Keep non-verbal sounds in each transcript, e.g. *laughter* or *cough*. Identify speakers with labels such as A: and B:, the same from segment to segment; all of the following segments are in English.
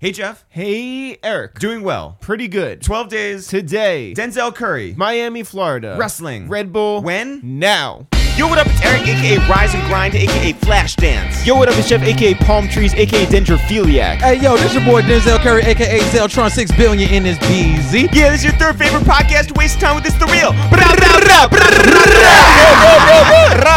A: Hey, Jeff.
B: Hey, Eric.
A: Doing well.
B: Pretty good.
A: 12 days.
B: Today,
A: Denzel Curry.
B: Miami, Florida.
A: Wrestling.
B: Red Bull.
A: When?
B: Now.
C: Yo, what up? It's Eric, aka Rise and Grind, aka Flashdance.
D: Yo, what up, it's Jeff, aka Palm Trees, aka Dendrophiliac.
E: Hey, yo, this your boy Denzel Curry, aka Zeltron 6 billion in this BZ.
C: Yeah, this is your third favorite podcast to waste time with. It's the real.
D: Ra,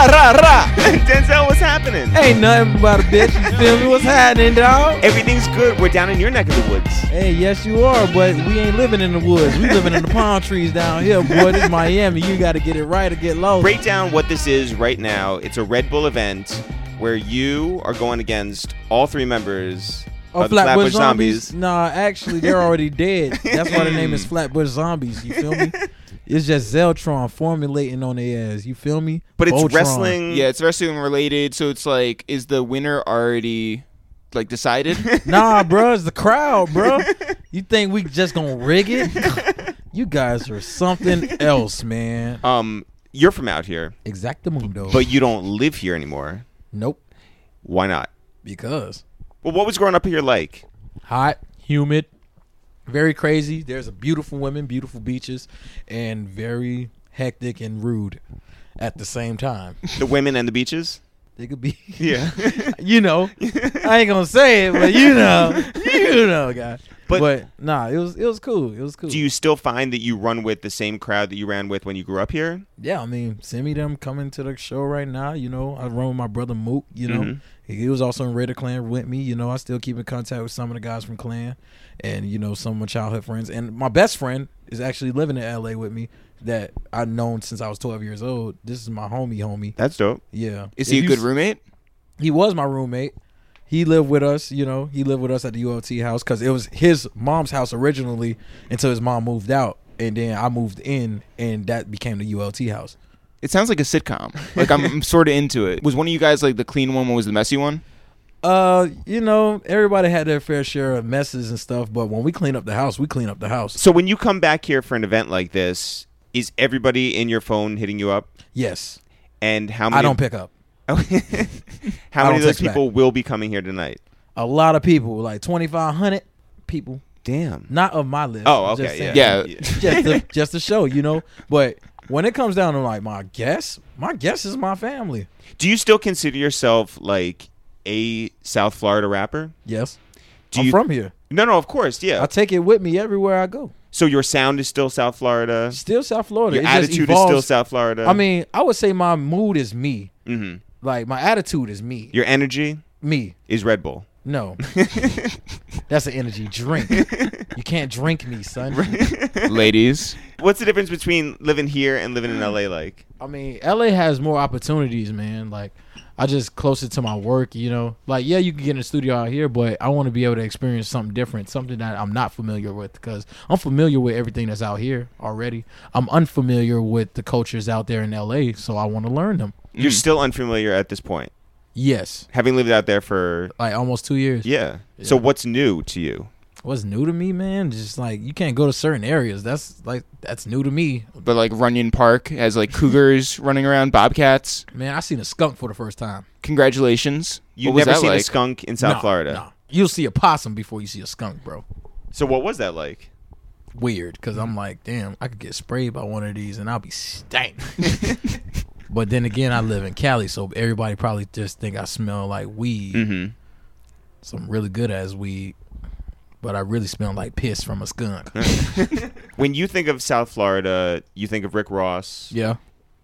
D: ra, ra.
C: Denzel, what's happening?
E: Ain't nothing but a bitch. You feel me? What's happening, dog?
C: Everything's good. We're down in your neck of the woods.
E: Hey, yes, you are, but we ain't living in the woods. We living in the palm trees down here, boy. This Miami. You got to get it right or get lost.
C: Break down what this is right now. It's a Red Bull event where you are going against all three members
E: Oh,
C: of the Flatbush Zombies.
E: Nah, actually, they're already dead. That's why the
C: *laughs*
E: name is Flatbush Zombies. You feel me? It's just Zeltron formulating on their ass. You feel me?
C: But it's
E: Voltron.
C: wrestling.
D: Yeah, it's wrestling related, so it's like, is the winner already like decided? *laughs*
E: Nah, bro, it's the crowd, bro. You think we just gonna rig it? You guys are something else, man.
C: Um, you're from out here,
E: Exactamundo.
C: but you don't live here anymore.
E: nope,
C: Why not?
E: because
C: Well, what was growing up here like?
E: hot, humid, very crazy. There's a beautiful women, beautiful beaches, and very hectic and rude at the same time.
C: The women and the beaches?
E: They could be,
C: Yeah.
E: *laughs* you know, I ain't gonna say it, but
C: *laughs*
E: you know, you know, guy.
C: But-
E: But, nah, it was it was cool. It was cool.
C: *laughs* Do you still find that you run with the same crowd that you ran with when you grew up here?
E: Yeah, I mean, send me them coming to the show right now. You know, I run with my brother Mook. You know,
C: Mhm.
E: he was also in Raider Clan with me. You know, I still keep in contact with some of the guys from Clan, and you know, some of my childhood friends. And my best friend is actually living in L.A. with me that I've known since I was 12 years old. This is my homie, homie.
C: That's dope.
E: Yeah,
D: Is
E: If
D: he a
E: you
D: good
E: s-
D: roommate?
E: He was my roommate. He lived with us, you know. He lived with us at the ULT house because it was his mom's house originally until his mom moved out, and then I moved in, and that became the ULT house.
D: It sounds like a sitcom. Like I'm, *laughs* I'm sort of into it. Was one of you guys like the clean one? What was the messy one?
E: Uh, you know, everybody had their fair share of messes and stuff, but when we clean up the house, we clean up the house.
C: So when you come back here for an event like this, is everybody in your phone hitting you up?
E: Yes.
C: And how many? *laughs*
E: I don't pick up.
C: how
E: I
C: many
E: don't
C: of those
E: text back.
C: people will be coming here tonight?
E: A lot of people, like 2,500 people,
C: Damn.
E: not of my list.
C: Oh,
E: I'm
C: okay,
E: just saying.
D: Yeah.
E: *laughs* just, to, just to show, you know, but when it comes down to like my guess, my guess is my family.
C: Do you still consider yourself like a South Florida rapper?
E: Yes.
C: Do
E: I'm
C: you-
E: from here.
C: No, no, of course, yeah.
E: I take it with me everywhere I go.
C: so your sound is still South Florida.
E: Still South Florida.
C: Your
E: It just
C: attitude is still
E: evolves.
C: South Florida.
E: I mean, I would say my mood is me.
C: Mhm.
E: Like my attitude is me.
C: your energy
E: me.
C: is Red Bull.
E: No. That's an energy drink. You can't drink me, son.
D: Ladies,
C: What's the difference between living here and living in LA like?
E: I mean, LA has more opportunities, man. Like, I just closer to my work, you know. Like, yeah, you can get in the studio out here, but I want to be able to experience something different, something that I'm not familiar with, because I'm familiar with everything that's out here already. I'm unfamiliar with the cultures out there in LA, so I want to learn them.
D: Mm.
C: You're still unfamiliar at this point,
E: Yes,
C: having lived out there for
E: like almost two years.
C: yeah. So what's new to you?
E: What's new to me, man? Just like you can't go to certain areas. That's like that's new to me.
D: but like Runyon Park has like cougars running around, bobcats.
E: Man, I seen a skunk for the first time.
D: Congratulations.
C: You've
D: what was
C: never
D: that
C: seen
D: like?
C: a skunk in South
E: Nah,
C: Florida.
E: nah. You'll see a possum before you see a skunk, bro.
C: So what was that like?
E: Weird, because I'm like, damn, I could get sprayed by one of these and I'll be stank. but then again, I live in Cali, so everybody probably just think I smell like weed,
C: Mm-hmm.
E: some really good ass weed. But I really smell like piss from
C: *laughs*
E: a skunk.
C: When you think of South Florida, you think of Rick Ross.
E: yeah,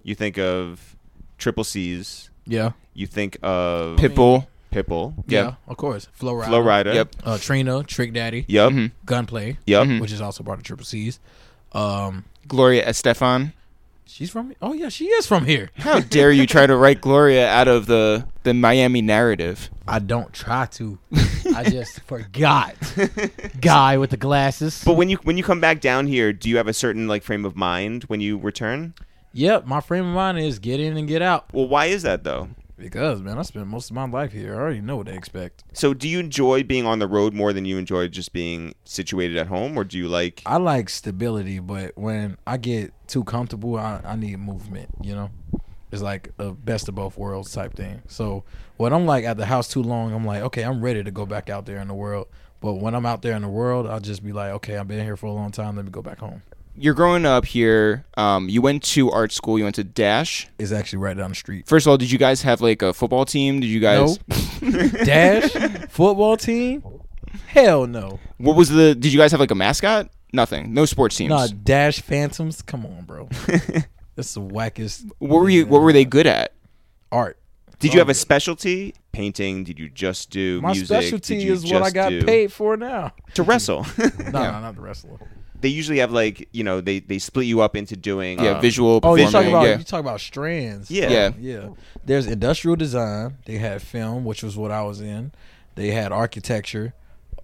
C: You think of Triple C's.
E: yeah,
C: You think of
D: *laughs* Pitbull.
C: Pitbull.
D: Yeah.
E: yeah. Of course, Flow Rider,
C: Flow Rider.
D: Yep.
E: uh, Trina, Trick Daddy,
C: Yep.
D: Mhm.
E: Gunplay,
C: Yep.
D: Mhm.
E: which is also part of Triple C's. Um,
D: Gloria Estefan.
E: she's from. Oh yeah, she is from here.
D: How dare you try to write Gloria out of the the Miami narrative?
E: I don't try to. I just forgot. Guy with the glasses.
C: But when you when you come back down here, do you have a certain like frame of mind when you return?
E: Yep, my frame of mind is get in and get out.
C: Well, why is that though?
E: Because man, I spent most of my life here. I already know what they expect.
C: So do you enjoy being on the road more than you enjoy just being situated at home, or do you like?
E: I like stability, but when I get too comfortable, I, I need movement, you know? It's like a best of both worlds type thing. So when I'm like at the house too long, I'm like, okay, I'm ready to go back out there in the world. But when I'm out there in the world, I'll just be like, okay, I've been here for a long time. Let me go back home.
D: You're growing up here. Um, you went to art school. You went to Dash.
E: It's actually right down the street.
D: First of all, did you guys have like a football team? Did you guys?
E: Dash football team? Hell no.
D: What was the? Did you guys have like a mascot? Nothing. No sports teams.
E: Nah, Dash Phantoms. Come
C: *laughs*
E: on, bro. That's the wackest
D: what were you? What were they good at?
E: art.
C: Did you have a specialty? Painting? Did you just do
E: Um, My
C: music? Did
E: specialty
C: you
E: is what I
C: just
E: got
C: do-
E: paid for
C: *laughs*
E: now.
C: to wrestle.
E: No, no, not the wrestler.
C: they usually have like you know they they split you up into doing
D: Yeah,
C: um,
D: visual.
E: Oh,
D: Performing.
E: you talk about
D: yeah.
E: you talk about strands.
C: Yeah.
D: Yeah.
E: yeah. There's industrial design. They had film, which was what I was in. They had architecture,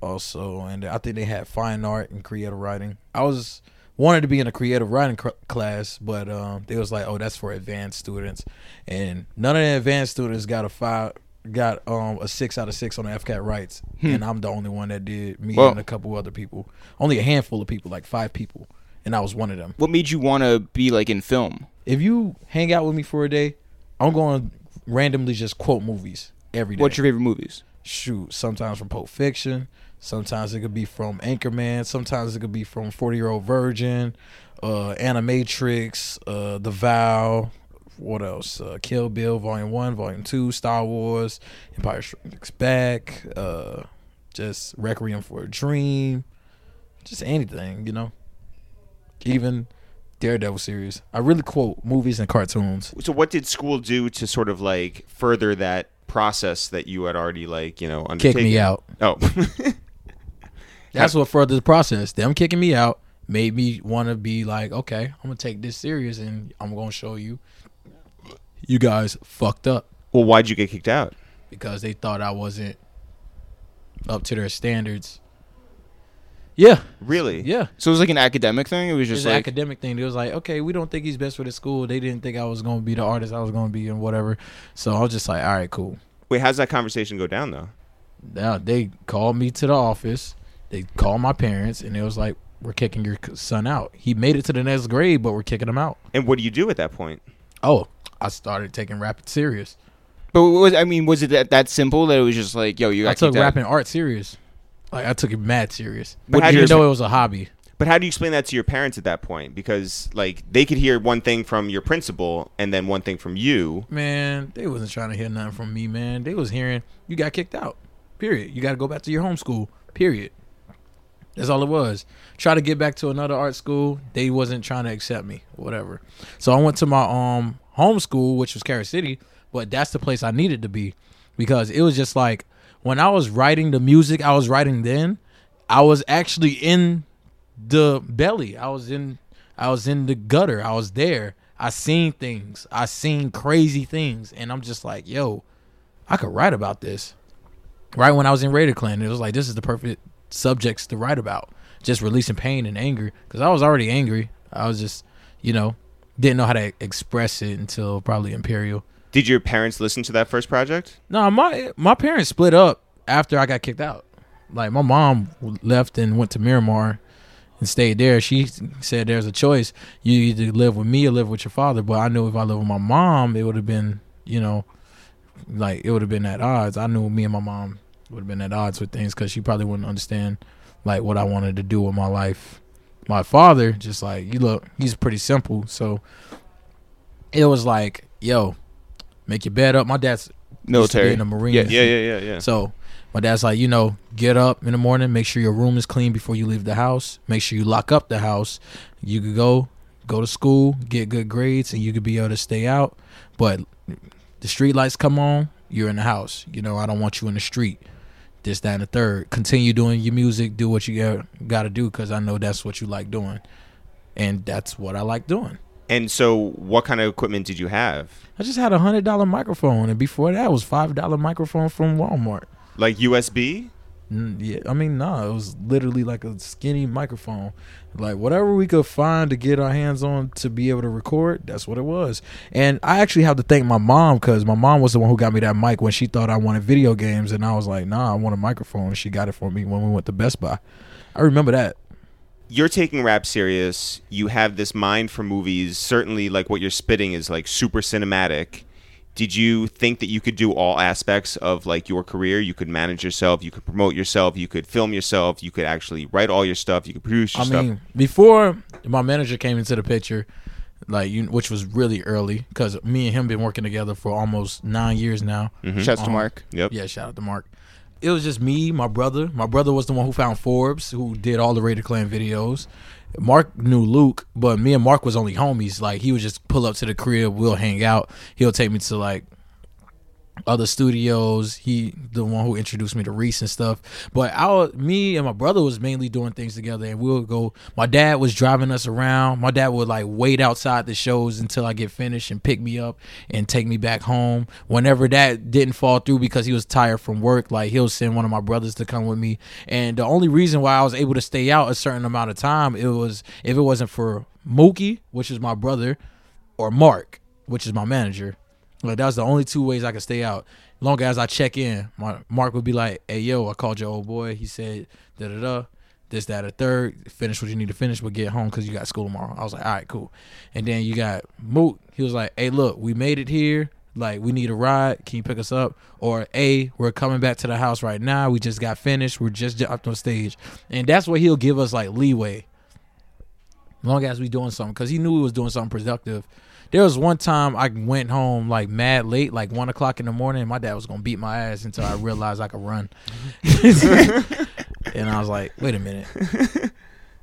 E: also, and I think they had fine art and creative writing. I was wanted to be in a creative writing cr- class, but um, they was like, "Oh, that's for advanced students," and none of the advanced students got a five. Got um a six out of six on the FCAT rights,
D: Hmm.
E: and I'm the only one that did. Me
D: Whoa.
E: and a couple other people, only a handful of people, like five people, and I was one of them
D: What made you want to be like in film?
E: if you hang out with me for a day, I'm going to randomly just quote movies every day.
D: What's your favorite movies?
E: Shoot, sometimes from Pulp Fiction, sometimes it could be from Anchorman, sometimes it could be from Forty Year Old Virgin, uh, Animatrix, uh, The Vow. What else? Uh, Kill Bill Volume One, Volume Two, Star Wars, Empire Strikes Back, uh, just Requiem for a Dream, just anything, you know. Even Daredevil series. I really quote movies and cartoons.
C: So what did school do to sort of like further that process that you had already like you know
E: Kick
C: undertaken?
E: me out.
C: Oh, *laughs*
E: That's what furthered the process. Them kicking me out made me want to be like, okay, I'm gonna take this serious and I'm gonna show you, you guys fucked up
C: well, why'd you get kicked out?
E: because they thought I wasn't up to their standards. Yeah,
C: Really?
E: yeah.
D: So it was like an academic thing. It was
E: It's
D: just
E: an
D: like
E: academic thing. It was like, okay, we don't think he's best for the school. They didn't think I was gonna be the artist I was gonna be and whatever. So I was just like, all right, cool.
C: Wait, how's that conversation go down though?
E: Now they called me to the office. They called my parents, and it was like, "We're kicking your son out. He made it to the next grade, but we're kicking him out."
C: And what do you do at that point?
E: Oh, I started taking rap serious.
D: But was I mean, was it that, that simple that it was just like, yo, you got
E: I took
D: kicked out?
E: rap and art serious. Like I took it mad serious.
C: But how
E: But you
C: do you-
E: know it was a hobby.
C: But how do you explain that to your parents at that point? Because like they could hear one thing from your principal and then one thing from you.
E: Man, they wasn't trying to hear nothing from me, man. They was hearing you got kicked out. Period. You got to go back to your home school. Period. That's all it was. Try to get back to another art school. They wasn't trying to accept me. Whatever. So I went to my um home school, which was Carrot City, but that's the place I needed to be because it was just like when I was writing the music I was writing then, I was actually in the belly. I was in I was in the gutter. I was there. I seen things. I seen crazy things. And I'm just like, yo, I could write about this. Right when I was in Raider Clan, it was like this is the perfect subjects to write about. Just releasing pain and anger. Because I was already angry. I was just, you know, didn't know how to express it until probably Imperial.
C: Did your parents listen to that first project?
E: No, my my parents split up after I got kicked out. Like my mom left and went to Miramar and stayed there. She said there's a choice: you either live with me or live with your father. But I knew if I lived with my mom, it would have been you know, like it would have been at odds. I knew me and my mom would have been at odds with things because she probably wouldn't understand like what I wanted to do with my life. My father just like you look, he's pretty simple, so it was like yo. Make your bed up. My dad's
D: military.
E: used to be in the Marines.
C: Yeah,
D: Yeah.
C: yeah, yeah, yeah.
E: So my dad's like, you know, get up in the morning, make sure your room is clean before you leave the house. Make sure you lock up the house. You could go go to school, get good grades, and you could be able to stay out. But the street lights come on, you're in the house. You know, I don't want you in the street. This, that, and the third. Continue doing your music. Do what you got to do because I know that's what you like doing, and that's what I like doing.
C: And so, what kind of equipment did you have?
E: I just had a hundred dollar microphone, and before that was five dollar microphone from Walmart.
C: Like USB?
E: Mm, Yeah, I mean, nah, it was literally like a skinny microphone. Like, whatever we could find to get our hands on to be able to record, that's what it was. And I actually have to thank my mom because my mom was the one who got me that mic when she thought I wanted video games. And I was like, nah, I want a microphone. She got it for me when we went to Best Buy. I remember that.
C: you're taking rap serious. You have this mind for movies. Certainly, like what you're spitting is like super cinematic. did you think that you could do all aspects of like your career? You could manage yourself, you could promote yourself, you could film yourself, you could actually write all your stuff, you could produce your
E: I
C: stuff.
E: mean, before my manager came into the picture, like you, which was really early because me and him been working together for almost nine years now.
D: Shouts
E: Uh-huh.
D: to Mark.
C: Yep.
E: Yeah, shout out to Mark. It was just me, my brother. My brother was the one who found Forbes, who did all the Raider Clan videos. Mark knew Luke, but me and Mark was only homies. Like he would just pull up to the crib, we'll hang out. He'll take me to like other studios. He the one who introduced me to Reese and stuff. But our me and my brother was mainly doing things together and we'll go my dad was driving us around. My dad would like wait outside the shows until I get finished and pick me up and take me back home. Whenever that didn't fall through because he was tired from work, like he'll send one of my brothers to come with me. And the only reason why I was able to stay out a certain amount of time, it was if it wasn't for Mookie, which is my brother, or Mark, which is my manager. Like that was the only two ways I could stay out. Long as I check in, my, Mark would be like, "Hey, yo, I called your old boy. He said da da da, this that a third. Finish what you need to finish, but get home because you got school tomorrow." I was like, "All right, cool." And then you got Moot. He was like, "Hey, look, we made it here. Like, we need a ride. Can you pick us up?" Or, "Hey, we're coming back to the house right now. We just got finished. We're just up on stage." And that's where he'll give us like leeway long as we doing something because he knew we was doing something productive there was one time i went home like mad late like one o'clock in the morning and my dad was gonna beat my ass until i realized i could run *laughs* and i was like wait a minute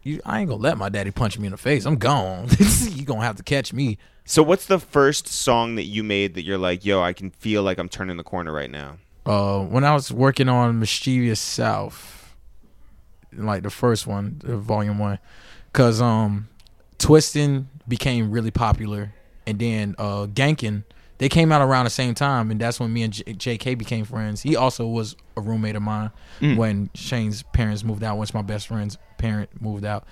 E: you, i ain't gonna let my daddy punch me in the face i'm gone *laughs* you gonna have to catch me
C: So what's the first song that you made that you're like, yo, I can feel like I'm turning the corner right now?
E: uh, when I was working on Mischievous South, like the first one, uh, volume one, because um, Twistin became really popular, and then uh, Gankin, they came out around the same time, and that's when me and J- JK became friends. He also was a roommate of mine when Shane's parents moved out, once my best friend's parent moved out.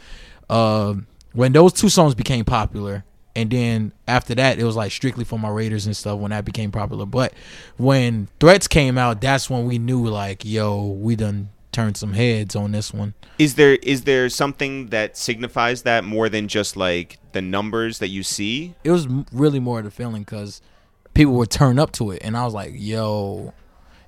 E: Uh, when those two songs became popular, and then after that, it was like strictly for my Raiders and stuff when that became popular. But when Threats came out, that's when we knew like, yo, we done turned some heads on this one.
C: Is there is there something that signifies that more than just like the numbers that you see?
E: It was m- really more of the feeling because people would turn up to it, and I was like, yo,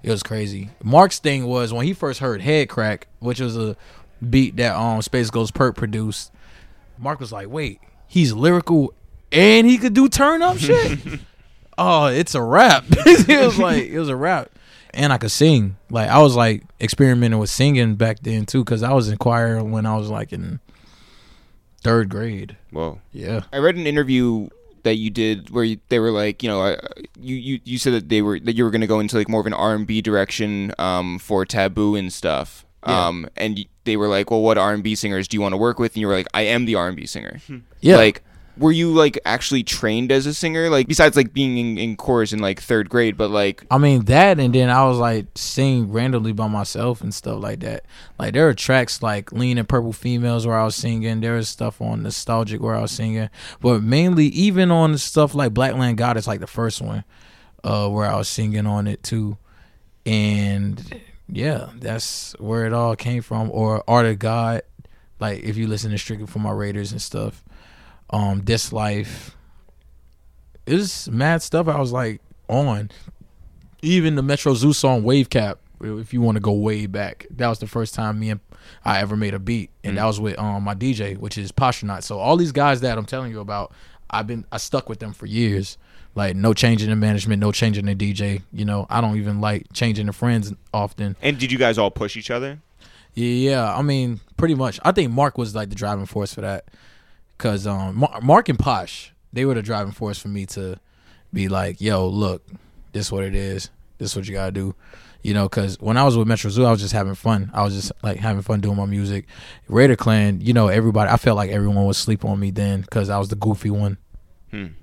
E: it was crazy. Mark's thing was when he first heard Head Crack, which was a beat that um Space Ghost Perk produced. Mark was like, wait, he's lyrical and he could do turn up shit. oh, it's a rap. *laughs* it was like it was a rap, and I could sing. Like I was like experimenting with singing back then too, because I was in choir when I was like in third grade.
C: Whoa.
E: Yeah,
D: I read an interview that you did where you, they were like, you know, uh, you, you you said that they were that you were going to go into like more of an R and B direction um, for Taboo and stuff. Um, and y- they were like, well, what R and B singers do you want to work with? And you were like, I am the R and B singer.
E: yeah.
D: Like, were you like actually trained as a singer? Like, besides like being in, in chorus in like third grade, but like,
E: I mean that, and then I was like singing randomly by myself and stuff like that. Like there are tracks like "Lean and Purple Females" where I was singing. There was stuff on "Nostalgic" where I was singing, but mainly even on stuff like "Blackland Goddess," like the first one, uh, where I was singing on it too. And yeah, that's where it all came from. Or "Art of God," like if you listen to "Strictly for My Raiders" and stuff. Um, "This Life," it's mad stuff. I was like on even the Metro Zoo song Wave Cap, if you want to go way back, that was the first time me and I ever made a beat, and that was with um my DJ, which is Pastronaut. So all these guys that I'm telling you about, I've been I stuck with them for years. Like no changing the management, no changing the DJ. You know, I don't even like changing the friends often.
C: And did you guys all push each other?
E: Yeah, I mean, pretty much. I think Mark was like the driving force for that, cause um, Mar- Mark and Posh, they were the driving force for me to be like, "Yo, look, this what it is. This what you gotta do." You know, cause when I was with Metro Zoo, I was just having fun. I was just like having fun doing my music. Raider Clan, you know, everybody. I felt like everyone was sleep on me then, cause I was the goofy one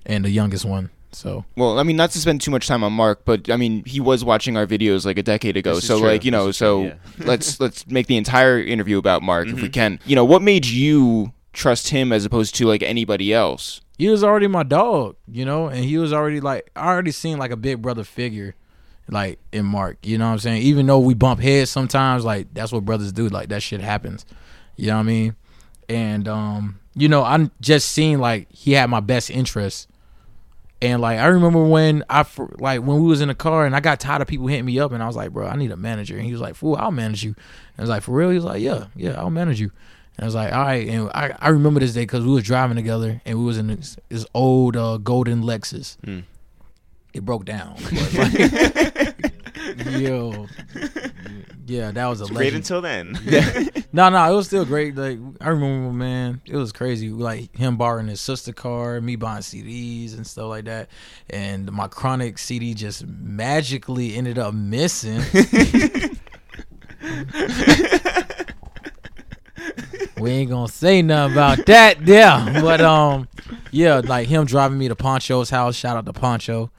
E: and the youngest one. So
D: well, I mean, not to spend too much time on Mark, but I mean, he was watching our videos like a decade ago.
C: This is
D: So
C: true.
D: like, you know,
C: This is true, Mm-hmm.
D: so *laughs* let's let's make the entire interview about Mark if we can. You know, what made you trust him as opposed to like anybody else?
E: he was already my dog, you know, and he was already like I already seen like a big brother figure like in Mark, you know what I'm saying? Even though we bump heads sometimes, like that's what brothers do, like that shit happens. You know what I mean? And um, you know, I just seen like he had my best interest And like I remember when I fir- like when we was in the car and I got tired of people hitting me up and I was like, bro, I need a manager. And he was like, fool, I'll manage you. And I was like, for real? He was like, yeah, yeah, I'll manage you. And I was like, all right. And I, I remember this day because we was driving together and we was in this, this old uh, golden Lexus. It broke down. But, like, yo, yeah, that was a
C: Great
E: legend.
C: until then.
E: *laughs* No, no, it was still great. Like I remember, man, it was crazy. Like him borrowing his sister car, me buying CDs and stuff like that, and my chronic CD just magically ended up missing. we ain't gonna say nothing about that, yeah. But um, yeah, like him driving me to Poncho's house. Shout out to Poncho,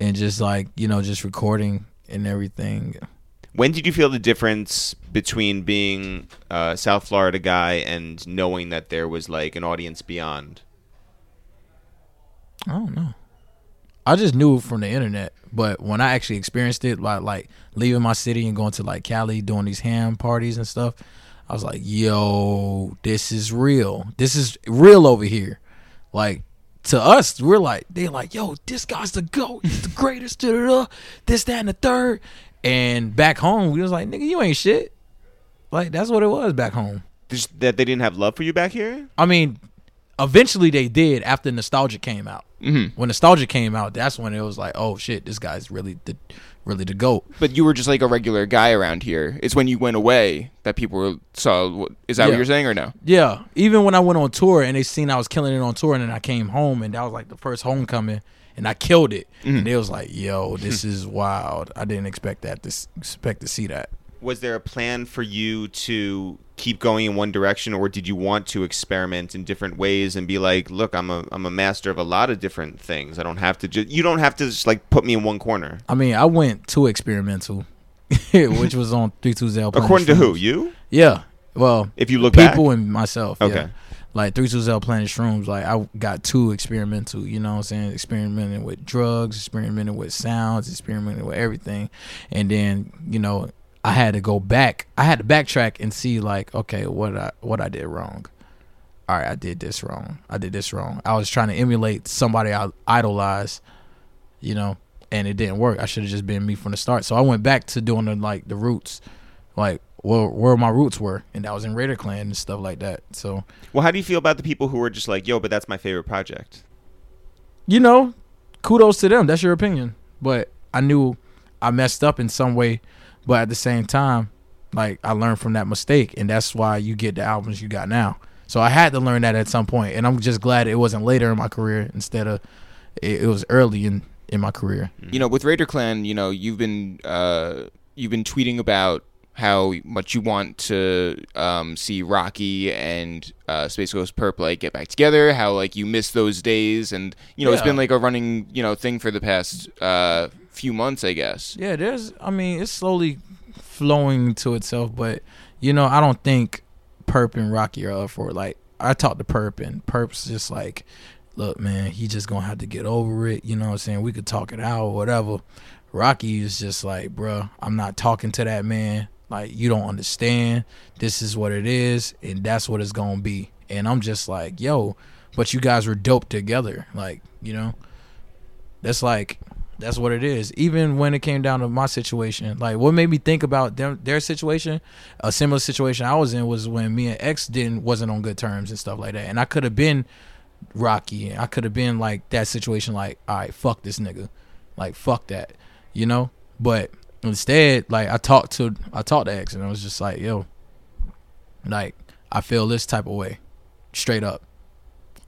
E: and just like you know, just recording and everything.
C: *laughs* when did you feel the difference between being a South Florida guy and knowing that there was like an audience beyond?
E: I don't know. I just knew it from the internet, but when I actually experienced it, like like leaving my city and going to like Cali, doing these ham parties and stuff, I was like, "Yo, this is real. This is real over here." Like to us, we're like, they're like, "Yo, this guy's the goat. He's the greatest." Da, da, da, this, that, and the third. And back home, we was like, "Nigga, you ain't shit." Like that's what it was back home.
C: Just that they didn't have love for you back here?
E: I mean, eventually they did after Nostalgia came out. Mm-hmm. When Nostalgia came out, that's when it was like, oh shit, this guy's really the really the goat.
D: But you were just like a regular guy around here. It's when you went away that people were, saw. Is that
E: Yeah.
D: what you're saying or no?
E: Yeah, even when I went on tour and they seen I was killing it on tour, and then I came home and that was like the first homecoming, and I killed it.
C: Mm-hmm.
E: And they was like,
C: *laughs*
E: yo, this is wild. I didn't expect that. This expect to see that.
C: Was there a plan for you to keep going in one direction or did you want to experiment in different ways and be like, look, I'm a I'm a master of a lot of different things. I don't have to just you don't have to just like put me in one corner.
E: I mean, I went too experimental, *laughs* which was on three two zero.
C: According to who? You?
E: Yeah. Well,
C: If you look
E: people and myself.
C: Okay.
E: Yeah. Like three two zero planet shrooms, like I got too experimental, you know what I'm saying? Experimenting with drugs, experimenting with sounds, experimenting with everything. And then, you know, I had to go back. I had to backtrack and see like, okay, what I what I did wrong. All right, I did this wrong. I did this wrong. I was trying to emulate somebody I idolized, you know, and it didn't work. I should have just been me from the start. So I went back to doing the like the roots like where where my roots were, and that was in Raider Clan and stuff like that. So
C: back. Well, how do you feel about the people who were just like, yo, but that's my favorite project?
E: you know, kudos to them. That's your opinion, but I knew I messed up in some way, but at the same time, like I learned from that mistake, and that's why you get the albums you got now. So I had to learn that at some point, and I'm just glad it wasn't later in my career instead of it, it was early in in my career.
D: you know with raider clan you know you've been uh you've been tweeting about how much you want to um, see Rocky and uh, Space Ghost Perp like get back together? How like you miss those days, and you know it's
E: Yeah.
D: been like a running you know thing for the past uh, few months, I guess.
E: Yeah, there's. I mean, it's slowly flowing to itself, but you know, I don't think Perp and Rocky are up for it. Like I talked to Perp, and Perp's just like, "Look, man, he just gonna have to get over it." You know what I'm saying? We could talk it out or whatever. Rocky is just like, "Bruh, I'm not talking to that man. Like you don't understand. This is what it is, and that's what it's gonna be." And I'm just like, "Yo, but you guys were dope together. Like you know." that's like that's what it is even when it came down to my situation like what made me think about them their situation a similar situation i was in was when me and x didn't wasn't on good terms and stuff like that and i could have been rocky and i could have been like that situation like all right fuck this nigga like fuck that you know but instead like i talked to i talked to x and i was just like yo like i feel this type of way straight up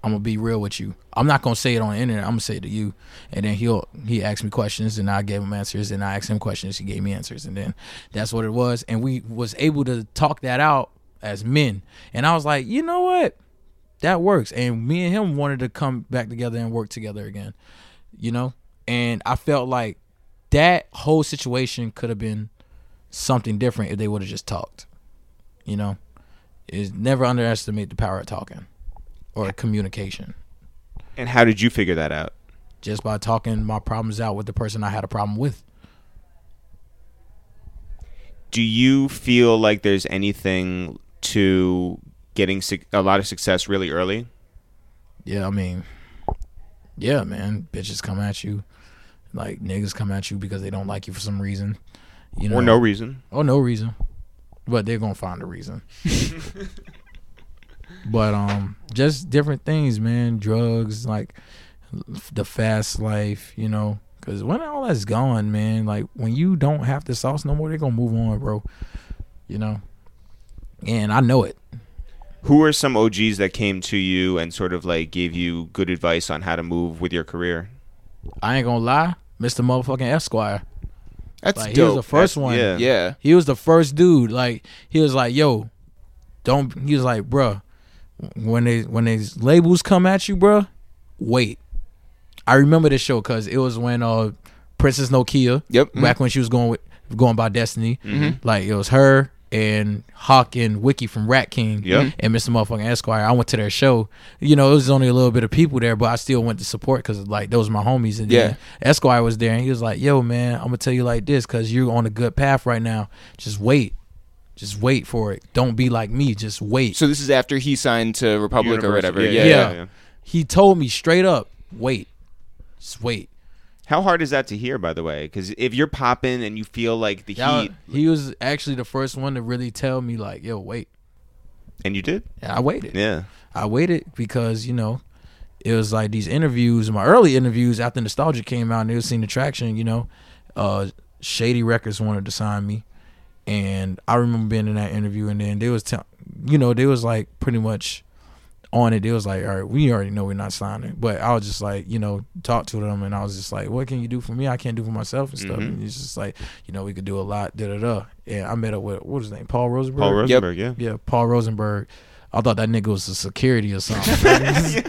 E: I'm gonna be real with you. I'm not gonna say it on the internet. I'm gonna say it to you, and then he'll he asked me questions, and I gave him answers, and I asked him questions, he gave me answers, and then that's what it was. And we was able to talk that out as men. And I was like, you know what, that works. And me and him wanted to come back together and work together again, you know. And I felt like that whole situation could have been something different if they would have just talked, you know. Is never underestimate the power of talking or communication.
C: And how did you figure that out?
E: Just by talking my problems out with the person I had a problem with.
C: do you feel like there's anything to getting suc a lot of success really early?
E: Yeah, I mean, yeah, man, bitches come at you, like niggas come at you because they don't like you for some reason, you know,
C: or no reason.
E: or no reason, but they're gonna find
C: *laughs*
E: a reason. but um, just different things, man. Drugs, like the fast life, you know. Cause when all that's gone, man, like when you don't have the sauce no more, they're gonna move on, bro. You know, and I know it.
C: Who are some OGs that came to you and sort of like gave you good advice on how to move with your career?
E: I ain't gonna lie, Mr. Motherfucking Esquire.
D: That's
E: Like he was
D: dope.
E: the first
C: That's-
E: one.
C: yeah.
D: yeah.
E: He was the first dude. Like he was like, "Yo, don't." He was like, "Bruh, when they when these labels come at you, bruh, wait." I remember this show because it was when uh Princess Nokia,
D: Yep. Mhm.
E: back when she was going with going by Destiny. Like it was her and Hawk and Wiki from Rat King
C: Yep.
E: and Mr. Motherfucking Esquire. I went to their show. You know, it was only a little bit of people there, but I still went to support because like those were my homies. And
D: Yeah.
E: then Esquire was there, and he was like, "Yo, man, I'm gonna tell you like this because you're on a good path right now. Just wait, just wait for it. Don't be like me. Just wait."
D: So this is after he signed to Republic or
C: Universal-
D: whatever.
C: yeah,
D: Yeah.
E: yeah,
C: yeah, yeah.
E: he told me straight up, "Wait, just wait."
C: How hard is that to hear, by the way? Because if you're popping and you feel like the
E: Y'all-
C: heat,
E: he was actually the first one to really tell me like, "Yo, wait."
C: and you did,
E: And I waited.
C: yeah,
E: I waited because you know it was like these interviews, my early interviews after Nostalgia came out and they was seeing the traction. You know, uh, Shady Records wanted to sign me, and I remember being in that interview, and then they was tell, you know, they was like pretty much on it. They was like, all right, we already know we're not signing, but I was just like, you know, talk to them, and I was just like, what can you do for me? I can't do for myself and stuff. And it's just like, you know, we could do a lot, da da da. And I met up with what was his name, Paul Rosenberg.
C: Paul Rosenberg,
E: Yeah, Paul Rosenberg. I thought that nigga was a security or something.
C: *laughs* yeah,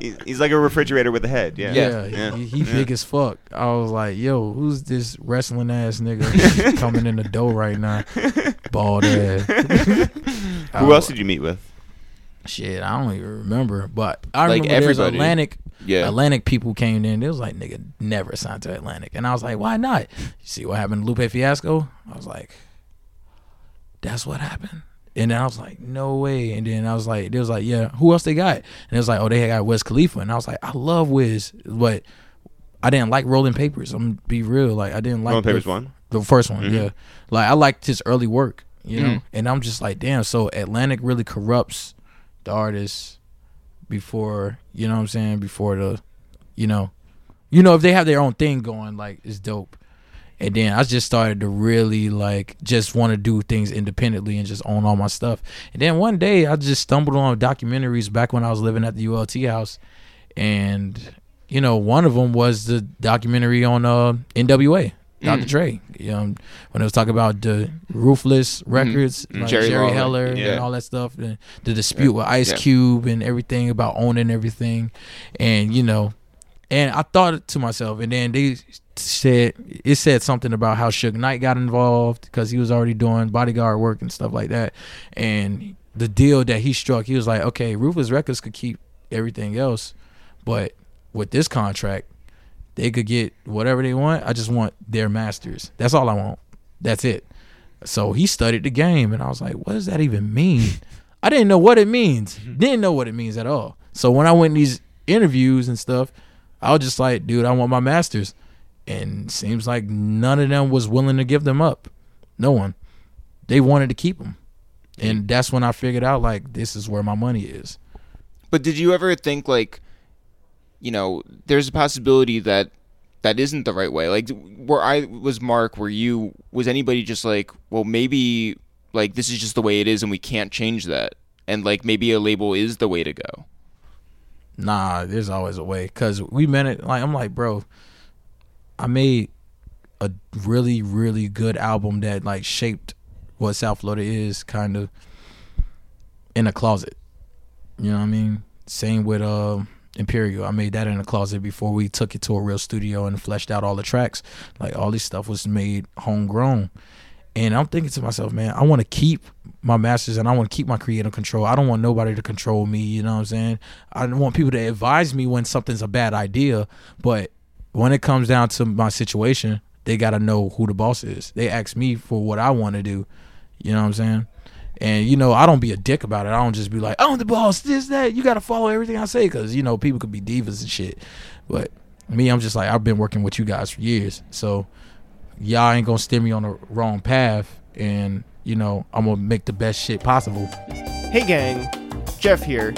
C: He- he's like a refrigerator with a head, yeah,
E: yeah,
C: yeah.
E: he, he big as fuck. I was like, yo, who's this wrestling
C: *laughs*
E: ass nigga coming in the door right now? Bald ass.
C: Who else did you meet with?
E: Shit, I don't even remember. But I
D: Like
E: remember there's
D: everybody.
E: Atlantic.
D: Yeah.
E: Atlantic people came in. They was like, nigga, never signed to Atlantic. And I was like, why not? You see what happened to Lupe Fiasco? I was like, that's what happened. And then I was like, no way. And then I was like, they was like, yeah, who else they got? And it was like, oh, they got Wiz Khalifa. And I was like, I love Wiz, but I didn't like Rolling Papers. I'm gonna be real. Like I didn't like
C: Rolling
E: the-
C: Papers Mm-hmm. one?
E: the first one. Yeah, like I liked his early work. You know,
C: Mm-hmm.
E: and I'm just like, damn. So Atlantic really corrupts the artists before you know what I'm saying. Before the, you know, you know if they have their own thing going, like it's dope. And then I just started to really like just want to do things independently and just own all my stuff. And then one day I just stumbled on documentaries back when I was living at the ULT house, and you know one of them was the documentary on uh, NWA. Dr. Dre, um, when I was talking about the Ruthless Records, like
D: Jerry
E: Jerry,
D: Lawler.
E: Heller,
D: Mm-hmm. Yeah.
E: and all that stuff, and the dispute with Ice
D: Yeah.
E: Cube and everything about owning everything, and you know, and I thought to myself, and then they said it said something about how Suge Knight got involved because he was already doing bodyguard work and stuff like that. And the deal that he struck, he was like, okay, Ruthless Records could keep everything else, but with this contract, they could get whatever they want. I just want their masters. That's all I want. That's it. So he studied the game, and I was like, what does that even mean? I didn't know what it means. Didn't know what it means at all. So when I went in these interviews and stuff, I was just like, dude, I want my masters. And seems like none of them was willing to give them up. No one. They wanted to keep them. And that's when I figured out like this is where my money is.
D: But did you ever think like, you know, there's a possibility that that isn't the right way? Like, where I was, Mark, were you? Was anybody just like, well, maybe like this is just the way it is, and we can't change that, and like maybe a label is the way to go.
E: nah, there's always a way. Cause we meant it. Like I'm like, bro, I made a really, really good album that like shaped what South Florida is, kind of in a closet. You know what I mean? Same with um Imperial. I made that in a closet before we took it to a real studio and fleshed out all the tracks. Like all this stuff was made homegrown. And I'm thinking to myself, man, I want to keep my masters and I want to keep my creative control. I don't want nobody to control me. You know what I'm saying? I don't want people to advise me when something's a bad idea. But when it comes down to my situation, they got to know who the boss is. They ask me for what I want to do. You know what I'm saying? And you know, I don't be a dick about it. I don't just be like, "I'm the boss, this that." You got to follow everything I say cuz you know, people could be divas and shit. But me, I'm just like I've been working with you guys for years. So y'all ain't going to steer me on the wrong path and you know, I'm going to make the best shit possible.
B: Hey, gang. Jeff here.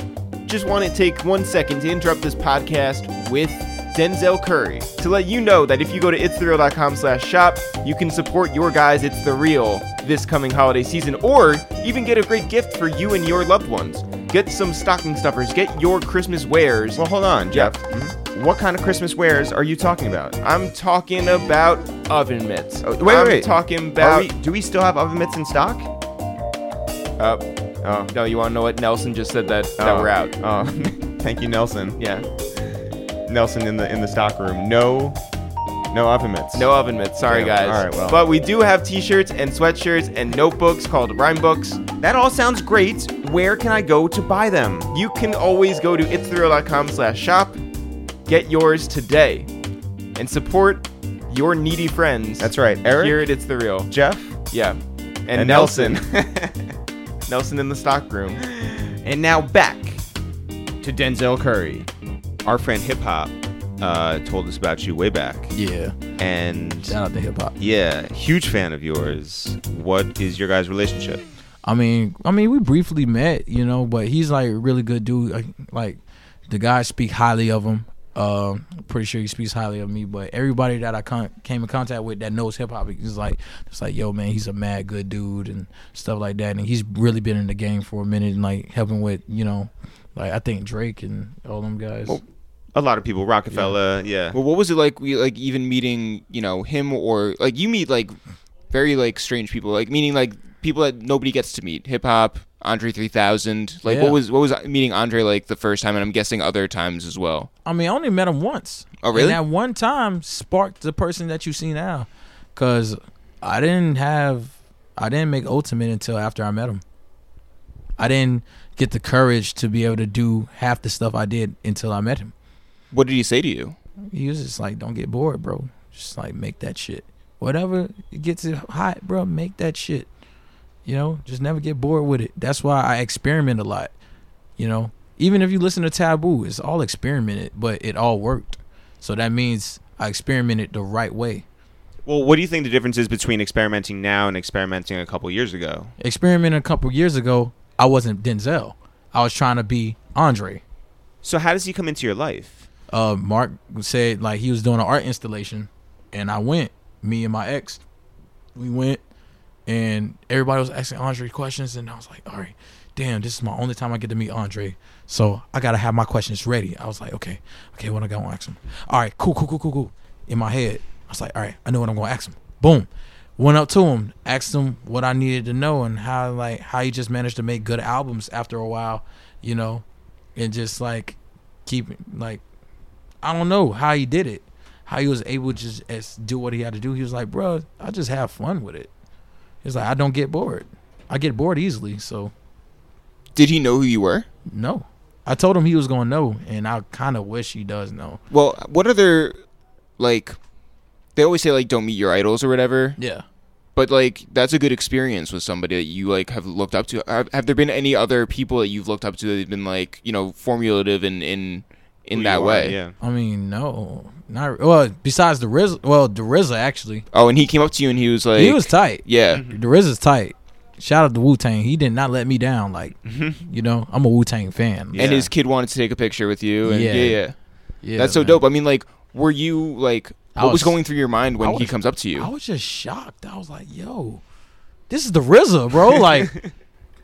B: Just want to take one second to interrupt this podcast with Denzel Curry to let you know that if you go to itsthereal.com slash shop, you can support your guys It's The Real this coming holiday season or even get a great gift for you and your loved ones. Get some stocking stuffers. Get your Christmas wares.
C: Well, hold on, Jeff. Mm-hmm. What kind of Christmas wares are you talking about?
B: I'm talking about oven mitts.
C: Oh, wait,
B: I'm
C: wait.
B: talking
C: Are
B: about.
C: we, do we still have oven mitts in stock?
B: Uh,
C: Oh,
B: no, you want to know what Nelson just said that, that
C: oh,
B: we're out.
C: Oh, *laughs* thank you, Nelson.
B: Yeah.
C: Nelson in the in the stock room. No, no oven mitts.
B: No oven mitts. Sorry,
C: Damn.
B: guys.
C: All right, well.
B: But we do have T-shirts and sweatshirts and notebooks called rhyme books.
C: That all sounds great. Where can I go to buy them?
B: You can always go to itsthereal.com slash shop, get yours today, and support your needy friends.
C: That's right, Eric,
B: Here at It's the Real.
C: Jeff,
B: Yeah. And,
C: and,
B: Nelson.
C: Nelson.
B: *laughs* Nelson in the stock room.
C: and now back to Denzel Curry. Our friend Hip Hop uh, told us about you way back,
E: Yeah.
C: and
E: Shout out to hip hop.
C: yeah, huge fan of yours. What is your guys' relationship?
E: I mean, I mean, we briefly met, you know, but he's like a really good dude. Like, like the guys speak highly of him. Um, pretty sure he speaks highly of me. But everybody that I con- came in contact with that knows hip hop is like, it's like, yo, man, he's a mad good dude and stuff like that. And he's really been in the game for a minute and like helping with, you know, like I think Drake and all them guys.
C: A lot of people, Rockefeller, yeah.
D: Well, what was it like? We like even meeting, you know, him or like you meet like very like strange people, like meaning like people that nobody gets to meet. Hip hop, Andre three thousand. Like
E: Yeah.
D: what was what was uh, meeting Andre like the first time, and I'm guessing other times as well.
E: I mean, I only met him once.
D: Oh, really?
E: And that one time sparked the person that you see now, because I didn't have, I didn't make ultimate until after I met him. I didn't get the courage to be able to do half the stuff I did until I met him.
D: What did he say to you?
E: He was just like, "Don't get bored, bro. Just like make that shit. Whatever gets it hot, bro, make that shit. You know, just never get bored with it. That's why I experiment a lot. You know, even if you listen to Taboo, it's all experimented, but it all worked. So that means I experimented the right way.
C: Well, what do you think the difference is between experimenting now and experimenting a couple years ago?
E: Experimenting a couple years ago, I wasn't Denzel. I was trying to be Andre.
C: So how does he come into your life?
E: uh, Mark said like he was doing an art installation, and I went. Me and my ex, we went, and everybody was asking Andre questions, and I was like, all right, damn, this is my only time I get to meet Andre, so I gotta have my questions ready. I was like, okay, okay, what I gonna ask him? All right, cool, cool, cool, cool, cool. In my head, I was like, all right, I know what I'm gonna ask him. Boom. Went up to him, asked him what I needed to know and how like how he just managed to make good albums after a while, you know, and just like keep like I don't know how he did it, how he was able to just as- do what he had to do. He was like, bro, I just have fun with it. He's like, I don't get bored. I get bored easily, so
D: Did he know who you were?
E: no. I told him he was gonna know, and I kind of wish he does know.
D: Well, what other like they always say like don't meet your idols or whatever,
E: Yeah.
D: but like that's a good experience with somebody that you like have looked up to. Have, have there been any other people that you've looked up to that have been like you know formulative in in in
C: Who
D: that
C: you are,
D: way?
C: yeah.
E: I mean, no, not well. Besides the Riz, well, the RZA actually,
D: Oh, and he came up to you and he was like,
E: he was tight.
D: yeah,
C: Mm-hmm.
E: The Riz is tight. Shout out to Wu Tang. He did not let me down. Like, you know, I'm a Wu Tang fan.
C: Yeah.
D: Mm-hmm. and his kid wanted to take a picture with you, and
E: Yeah.
D: yeah, yeah,
E: Yeah,
D: that's so
E: man.
D: dope. I mean, like, were you like,
E: I
D: what was,
E: was-
D: going through your mind when
E: I
D: he
E: was-
D: comes up to you?
E: I was just shocked. I was like, yo, this is the RZA, bro. Like,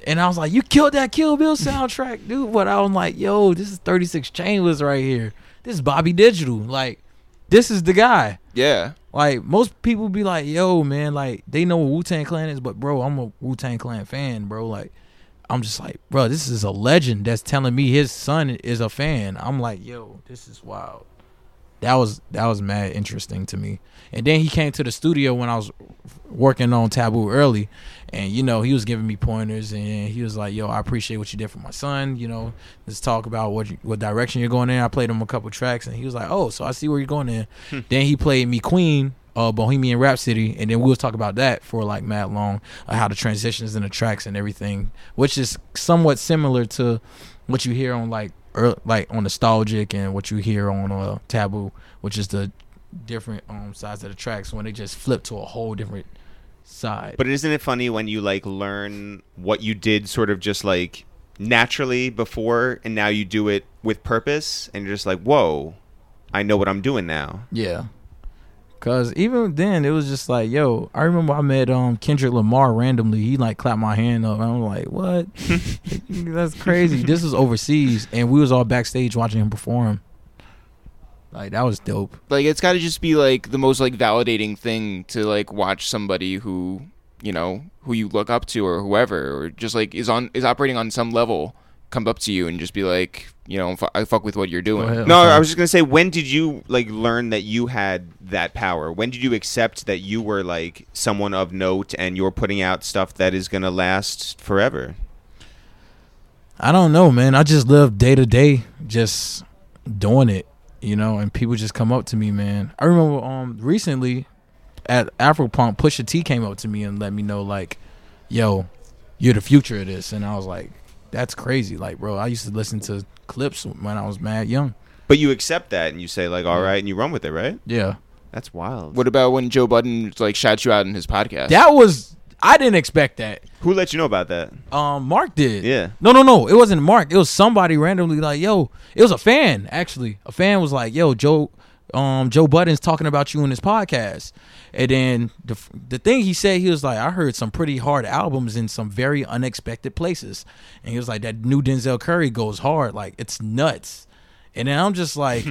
E: and I was like, you killed that Kill Bill soundtrack, dude. But I was like, yo, this is 36 Chambers right here. This is Bobby Digital. Like, this is the guy.
D: yeah,
E: Like, most people be like, yo, man, like, they know what Wu Tang Clan is, but, bro, I'm a Wu Tang Clan fan, bro. Like, I'm just like, bro, this is a legend that's telling me his son is a fan. I'm like, yo, this is wild. That was that was mad interesting to me. And then he came to the studio when I was working on Taboo early, and you know he was giving me pointers, and he was like, "Yo, I appreciate what you did for my son. You know, let's talk about what you, what direction you're going in." I played him a couple tracks, and he was like, "Oh, so I see where you're going in." then he played me Queen uh, Bohemian Rhapsody, and then we'll talk about that for like mad long, uh, how the transitions and the tracks and everything, which is somewhat similar to what you hear on like ear like on nostalgic and what you hear on uh, Taboo, which is the different um sides of the tracks when they just flip to a whole different side.
C: But isn't it funny when you like learn what you did sort of just like naturally before and now you do it with purpose and you're just like, "Whoa, I know what I'm doing now."
E: Yeah. Cause even then it was just like, yo, I remember I met um Kendrick Lamar randomly. He like clapped my hand up. I'm like, what? That's crazy. this was overseas and we was all backstage watching him perform. Like that was dope.
D: like it's got to just be like the most like validating thing to like watch somebody who you know who you look up to or whoever or just like is on is operating on some level come up to you and just be like you know fu- I fuck with what you're doing.
E: Go ahead.
C: No,
E: Okay.
C: I was just gonna say, when did you like learn that you had that power? When did you accept that you were like someone of note and you're putting out stuff that is gonna last forever?
E: I don't know, man. I just live day to day, just doing it, you know. And people just come up to me, man. I remember um recently at Afropunk, Pusha T came up to me and let me know like, "Yo, you're the future of this," and I was like, "That's crazy!" Like, bro, I used to listen to clips when I was mad young.
C: But you accept that and you say like, "All right," and you run with it, right?
E: Yeah,
C: That's wild.
D: What about when Joe Budden like shouts you out in his podcast?
E: that was I didn't expect that.
C: Who let you know about that?
E: Um, Mark did.
C: Yeah.
E: No, no, no. It wasn't Mark. It was somebody randomly like, yo. It was a fan actually. A fan was like, yo, Joe, um, Joe Budden's talking about you in his podcast. And then the f- the thing he said, he was like, I heard some pretty hard albums in some very unexpected places. And he was like, that new Denzel Curry goes hard. Like it's nuts. And then I'm just like.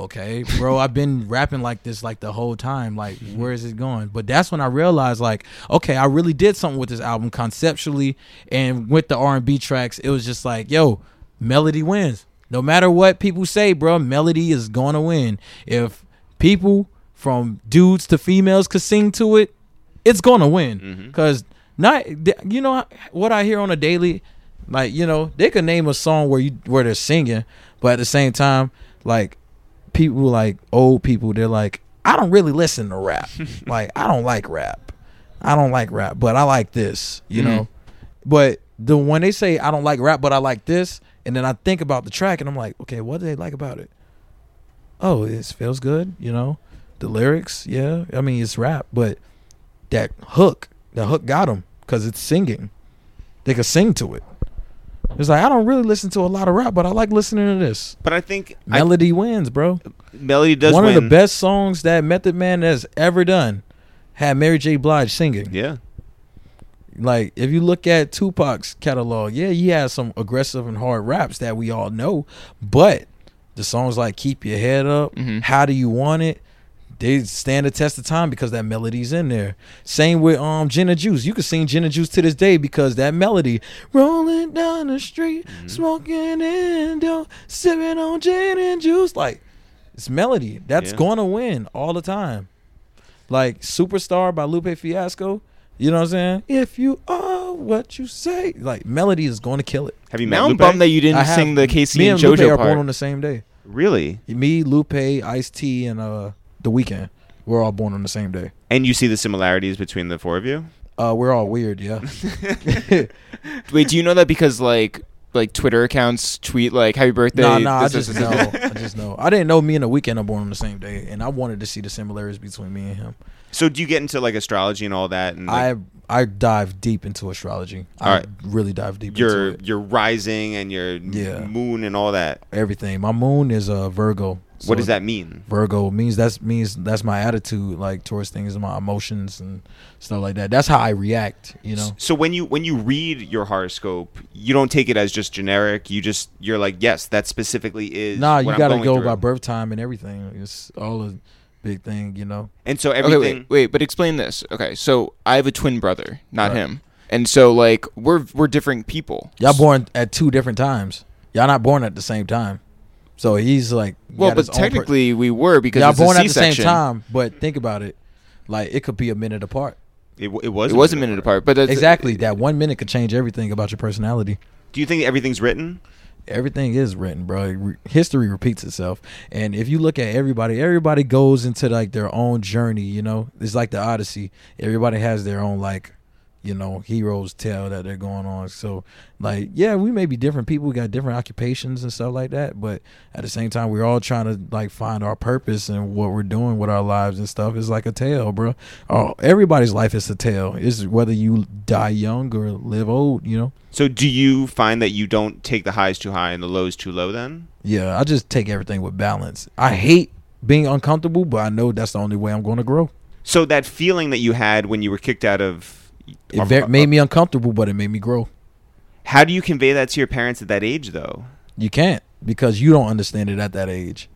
E: Okay, bro, I've been rapping like this like the whole time. Like, where is it going? But that's when I realized, like, okay, I really did something with this album conceptually, and with the R and B tracks, it was just like, yo, melody wins. No matter what people say, bro, melody is gonna win. If people from dudes to females could sing to it, it's gonna win. Cause not, th- you know what I hear on a daily, like you know they could name a song where you where they're singing, but at the same time, like people like old people, they're like, I don't really listen to rap. like I don't like rap. I don't like rap, but I like this, you know. But the when they say I don't like rap, but I like this, and then I think about the track and I'm like, okay, what do they like about it? Oh, it feels good, you know. The lyrics, yeah. I mean, it's rap, but that hook, the hook got them because it's singing. They could sing to it. It's like I don't really listen to a lot of rap, but I like listening to this.
C: But I think I,
E: Melody wins, bro.
C: Melody does
E: One
C: win.
E: of the best songs that Method Man has ever done had Mary J. Blige singing.
C: Yeah.
E: Like if you look at Tupac's catalog, yeah, he has some aggressive and hard raps that we all know, but the songs like "Keep Your Head Up,"
D: Mhm.
E: "How Do You Want It," they stand the test of time because that melody's in there. Same with um Jenna Juice. You can sing Jenna Juice to this day because that melody, rolling down the street,
D: Mm-hmm.
E: smoking indo, sipping on gin and juice, like it's melody. That's
C: Yeah.
E: gonna win all the time. Like Superstar by Lupe Fiasco. You know what I'm saying? If you are what you say, like melody is going to kill it.
C: Have you met
D: now I'm
C: Lupe?
D: bummed that you didn't
E: I have-
D: sing the Casey
E: Me
D: and,
E: and Lupe
D: JoJo
E: are
D: part.
E: born on the same day.
C: really?
E: Me, Lupe, Ice T, and uh, The Weeknd. We're all born on the same day.
C: And you see the similarities between the four of you?
E: Uh, we're all
C: *laughs*
E: weird, yeah.
D: Wait, do you know that because like like Twitter accounts tweet like happy birthday?
E: nah, nah, I
D: this, this,
E: just
D: this,
E: *laughs* know.
D: this.
E: I just know. I didn't know me and The Weeknd are born on the same day, and I wanted to see the similarities between me and him.
C: So do you get into like astrology and all that? And like,
E: I I dive deep into astrology. I
C: All right.
E: really dive deep
C: your
E: into it.
C: your rising and your m-
E: Yeah.
C: moon and all that.
E: everything. My moon is uh, Virgo.
C: what
E: so
C: does that mean?
E: Virgo means that's means that's my attitude, like towards things, my emotions and stuff like that. That's how I react, you know.
C: So when you when you read your horoscope, you don't take it as just generic. You just you're like, yes, that specifically is.
E: Nah, you
C: what I'm
E: gotta
C: going
E: go
C: through.
E: by birth time and everything. It's all a big thing, you know.
C: And so
D: Okay,
C: everything.
D: wait, wait, but explain this. Okay, so I have a twin brother, not
E: Right.
D: him, and so like we're we're different people.
E: Y'all born at two different times. Y'all not born at the same time. So he's like,
D: Well,
E: got his
D: but
E: own per-
D: technically we were because
E: y'all
D: it's a
E: born at the same
D: C-section.
E: time. But think about it, like it could be a minute apart.
C: It, w- it was
D: It was a minute apart, but that's,
E: Exactly, that one minute could change everything about your personality.
C: Do you think everything's written?
E: everything is written, bro. Re- History repeats itself, and if you look at everybody, everybody goes into like their own journey. You know, it's like the Odyssey. Everybody has their own like, you know, hero's tale that they're going on. So, like, yeah, we may be different people. We got different occupations and stuff like that, but at the same time, we're all trying to like find our purpose and what we're doing with our lives and stuff. It's like a tale, bro. Oh, everybody's life is a tale. It's whether you die young or live old. You know.
C: So do you find that you don't take the highs too high and the lows too low then?
E: Yeah, I just take everything with balance. I hate being uncomfortable, but I know that's the only way I'm going to grow.
C: So that feeling that you had when you were kicked out of
E: It ve- made me uncomfortable, but it made me grow.
C: How do you convey that to your parents at that age though?
E: You can't because you don't understand it at that age.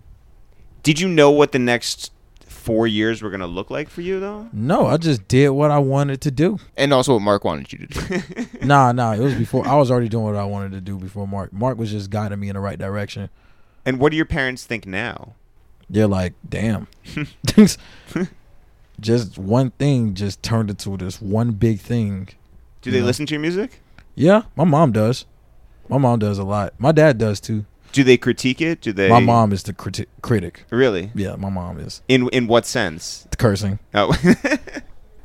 C: Did you know what the next 4 years were going to look like for you though?
E: No, I just did what I wanted to do.
D: and also what Mark wanted you to
E: *laughs*
D: do.
E: nah, nah, it was before I was already doing what I wanted to do before Mark. Mark was just guiding me in the right direction.
C: And what do your parents think now?
E: They're like, damn. *laughs* just one thing just turned into this one big thing.
C: Do they
E: Yeah.
C: listen to your music?
E: Yeah, my mom does. My mom does a lot. My dad does too.
C: Do they critique it? Do they
E: My mom is the criti- critic.
C: Really?
E: Yeah, my mom is
C: In in what sense?
E: the cursing.
C: Oh. *laughs*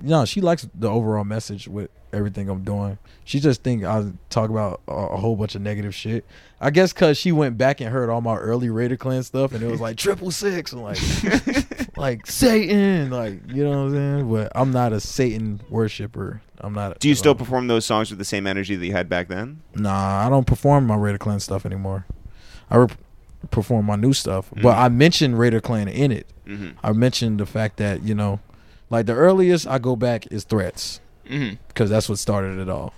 E: No, she likes the overall message with everything I'm doing. She just think I talk about a, a whole bunch of negative shit. I guess cause she went back and heard all my early Raider Clan stuff, and it was like triple six and like
C: *laughs*
E: like Satan, like you know what I'm saying. But I'm not a Satan worshipper. I'm not.
C: do you still perform those songs with the same energy that you had back then?
E: Nah, I don't perform my Raider Clan stuff anymore. I re- perform my new stuff, but
C: Mm.
E: I mentioned Raider Clan in it.
C: Mhm.
E: I mentioned the fact that you know, like the earliest I go back is threats
D: Mhm.
E: because that's what started it all.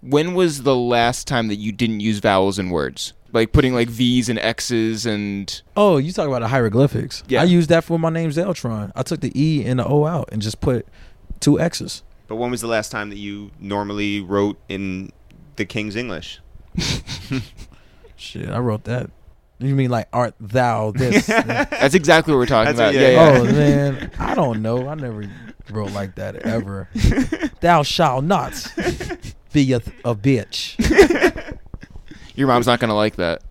D: When was the last time that you didn't use vowels in words? Like putting like V's and
C: *laughs*
D: X's and *laughs*
E: Oh, you talk about the hieroglyphics.
D: Yeah.
E: I used that for my name Zeltron. I took the E and the O out and just put two X's.
C: But when was the last time that you normally wrote in the King's English?
E: Shit, I wrote that. You mean like art
D: *laughs*
E: thou this?
D: that's exactly what we're talking
C: That's
D: about.
C: what-
D: yeah, yeah.
E: *laughs* Oh man, I don't know. I never wrote like that
D: *laughs*
E: ever. thou shalt not be a, a bitch.
D: Your mom's not gonna like that.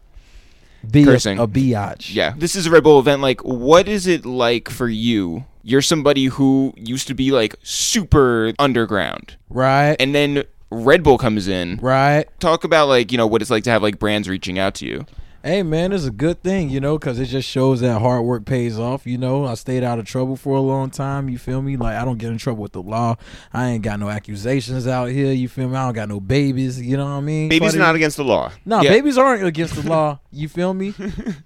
E: Be a,
D: Cursing.
E: a biatch.
D: Yeah. This is a Red Bull event. Like, what is it like for you? You're somebody who used to be like super underground,
E: Right.
D: and then Red Bull comes in.
E: right.
D: Talk about like you know what it's like to have like brands reaching out to you.
E: Hey man, it's a good thing, you know, because it just shows that hard work pays off. You know, I stayed out of trouble for a long time. You feel me? Like I don't get in trouble with the law. I ain't got no accusations out here. You feel me? I don't got no babies. You know what I mean?
C: Babies
E: Buddy?
C: are not against the law.
E: No,
D: Yeah.
E: babies aren't against the
C: *laughs*
E: law. You feel me?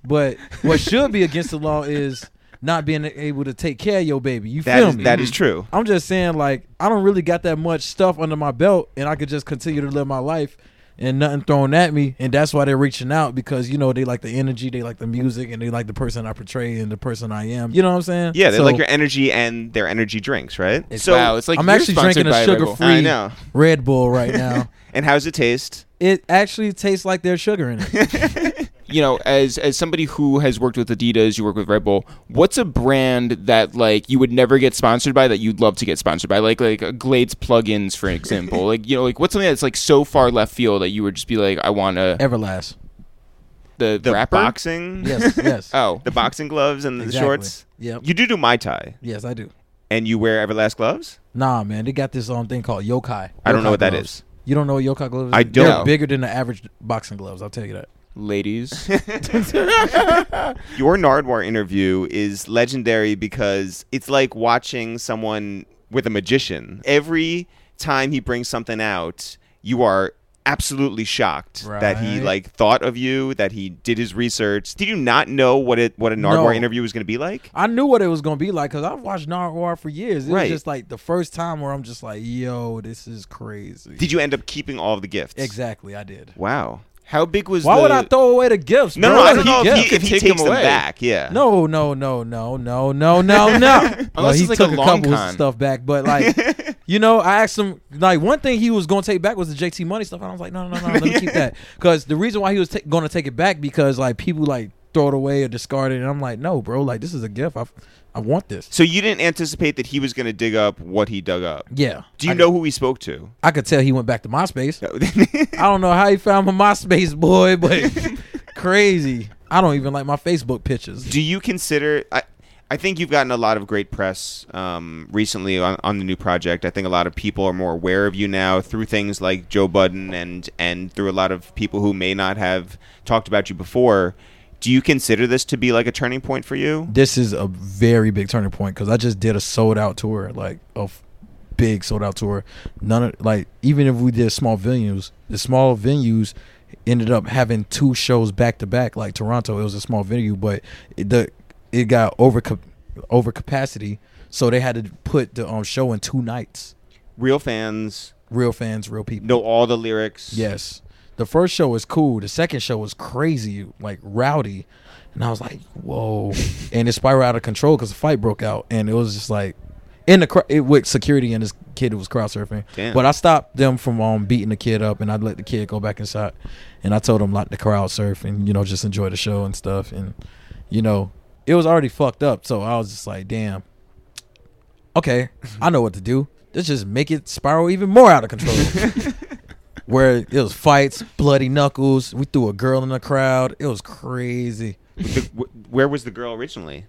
E: But what should be against the law is not being able to take care of your baby. You
C: That
E: feel
C: is,
E: me?
C: that is true.
E: I'm just saying, like, I don't really got that much stuff under my belt, and I could just continue to live my life and nothing thrown at me. And that's why they're reaching out because, you know, they like the energy, they like the music, and they like the person I portray and the person I am. You know what I'm saying?
C: Yeah, they
E: So,
C: like your energy and their energy drinks, right?
D: So, wow, it's like
E: I'm
D: you're
E: actually
D: sponsored
E: drinking a
D: by Red Bull.
E: sugar-free- free.
C: I know.
E: Red
C: *laughs*
E: Bull right now.
C: And how's it taste?
E: it actually tastes like there's sugar in
C: *laughs*
E: it.
D: you know, as as somebody who has worked with Adidas, you work with Red Bull. What's a brand that like you would never get sponsored by that you'd love to get sponsored by? Like like uh, Glades plugins, for example. like you know, like what's something that's like so far left field that you would just be like, I want to
E: Everlast.
D: the,
C: The
D: rapper.
C: boxing,
E: Yes,
C: *laughs*
E: yes.
D: Oh,
C: the boxing gloves and Uh, the
E: Exactly.
C: shorts.
E: Yep.
C: You do do Mai Tai,
E: Yes, I do.
C: and you wear Everlast gloves.
E: Nah, man, they got this um thing called yokai.
C: I don't know
E: Yokai
C: what that
E: gloves.
C: is.
E: You don't know what yokai gloves?
C: I
E: is? They're
D: don't.
E: bigger than the average boxing gloves. I'll tell you that.
D: ladies.
C: Your Nardwar interview is legendary because it's like watching someone with a magician. Every time he brings something out, you are absolutely shocked that he
E: Right.
C: like thought of you, that he did his research. Did you not know what it what a Nardwar
E: No.
C: interview was going to be like?
E: I knew what it was gonna be like because I've watched Narwhal for years. It
C: Right.
E: was just like the first time where I'm just like, yo, this is crazy.
C: Did you end up keeping all of the gifts?
E: *laughs* exactly, I did.
C: Wow.
D: How big was?
E: Why
D: the,
E: would I throw away the gifts?
C: No,
E: bro?
C: no, I
E: Like,
C: don't know
E: he
C: if
E: gets-
C: he, if
D: could
C: he
D: take them
C: takes them
D: away.
C: back. Yeah.
E: No, no, no, no,
C: *laughs*
E: no, no, no, no. Well, he
D: it's like
E: took a,
D: a long
E: couple
D: con.
E: stuff back, but like, you know, I asked him like one thing he was gonna take back was the JT
C: *laughs*
E: Money stuff, and I was like, no, no, no, no let me keep that because the reason why he was ta- gonna take it back because like people like throw it away or discard it. And I'm like, no, bro, like this is a gift. I, I want this.
C: So you didn't anticipate that he was going to dig up what he dug up.
E: Yeah.
C: Do you
E: I
C: know who he spoke to?
E: Could, I could tell he went back to MySpace. I don't know how he found my MySpace boy, but *laughs* crazy. I don't even like my Facebook pictures.
C: Do you consider? I, I think you've gotten a lot of great press um, recently on, on the new project. I think a lot of people are more aware of you now through things like Joe Budden and and through a lot of people who may not have talked about you before. Do you consider this to be like a turning point for you?
E: This is a very big turning point because I just did a sold out tour, like a f- big sold out tour. None of like even if we did small venues, the small venues ended up having two shows back to back. Like Toronto, it was a small venue, but it, the it got over cap- over capacity, so they had to put the um, show in two nights.
C: Real fans
E: Real fans, real people.
C: know all the lyrics.
E: Yes. The first show was cool. The second show was crazy, like rowdy. And I was like, whoa. and it spiraled out of control because the fight broke out. And it was just like, in the cr- it with security and this kid who was crowd surfing.
C: Damn.
E: But I stopped them from um, beating the kid up and I let the kid go back inside. And I told him, like, the crowd surf and, you know, just enjoy the show and stuff. And, you know, it was already fucked up. So I was just like, damn. Okay, I know what to do. Let's just make it spiral even more out
C: *laughs*
E: of control. where it was fights, bloody knuckles. We threw a girl in the crowd. It was crazy.
C: The- wh- where was the girl originally?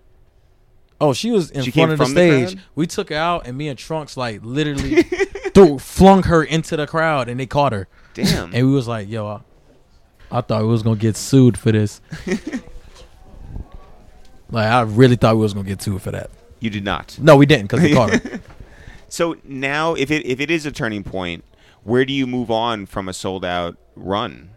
E: Oh, she was in
C: She came
E: front of the
C: from the
E: stage.
C: crowd?
E: we took her out, and me and Trunks like
C: *laughs*
E: literally threw, flung her into the crowd, and they caught her.
C: Damn.
E: And we was like, "Yo, I, I thought we was gonna get sued for this. like, I really thought we was gonna get sued for that.
C: you did not.
E: No, we didn't because they caught her.
C: So now, if it if it is a turning point, where do you move on from a sold out run?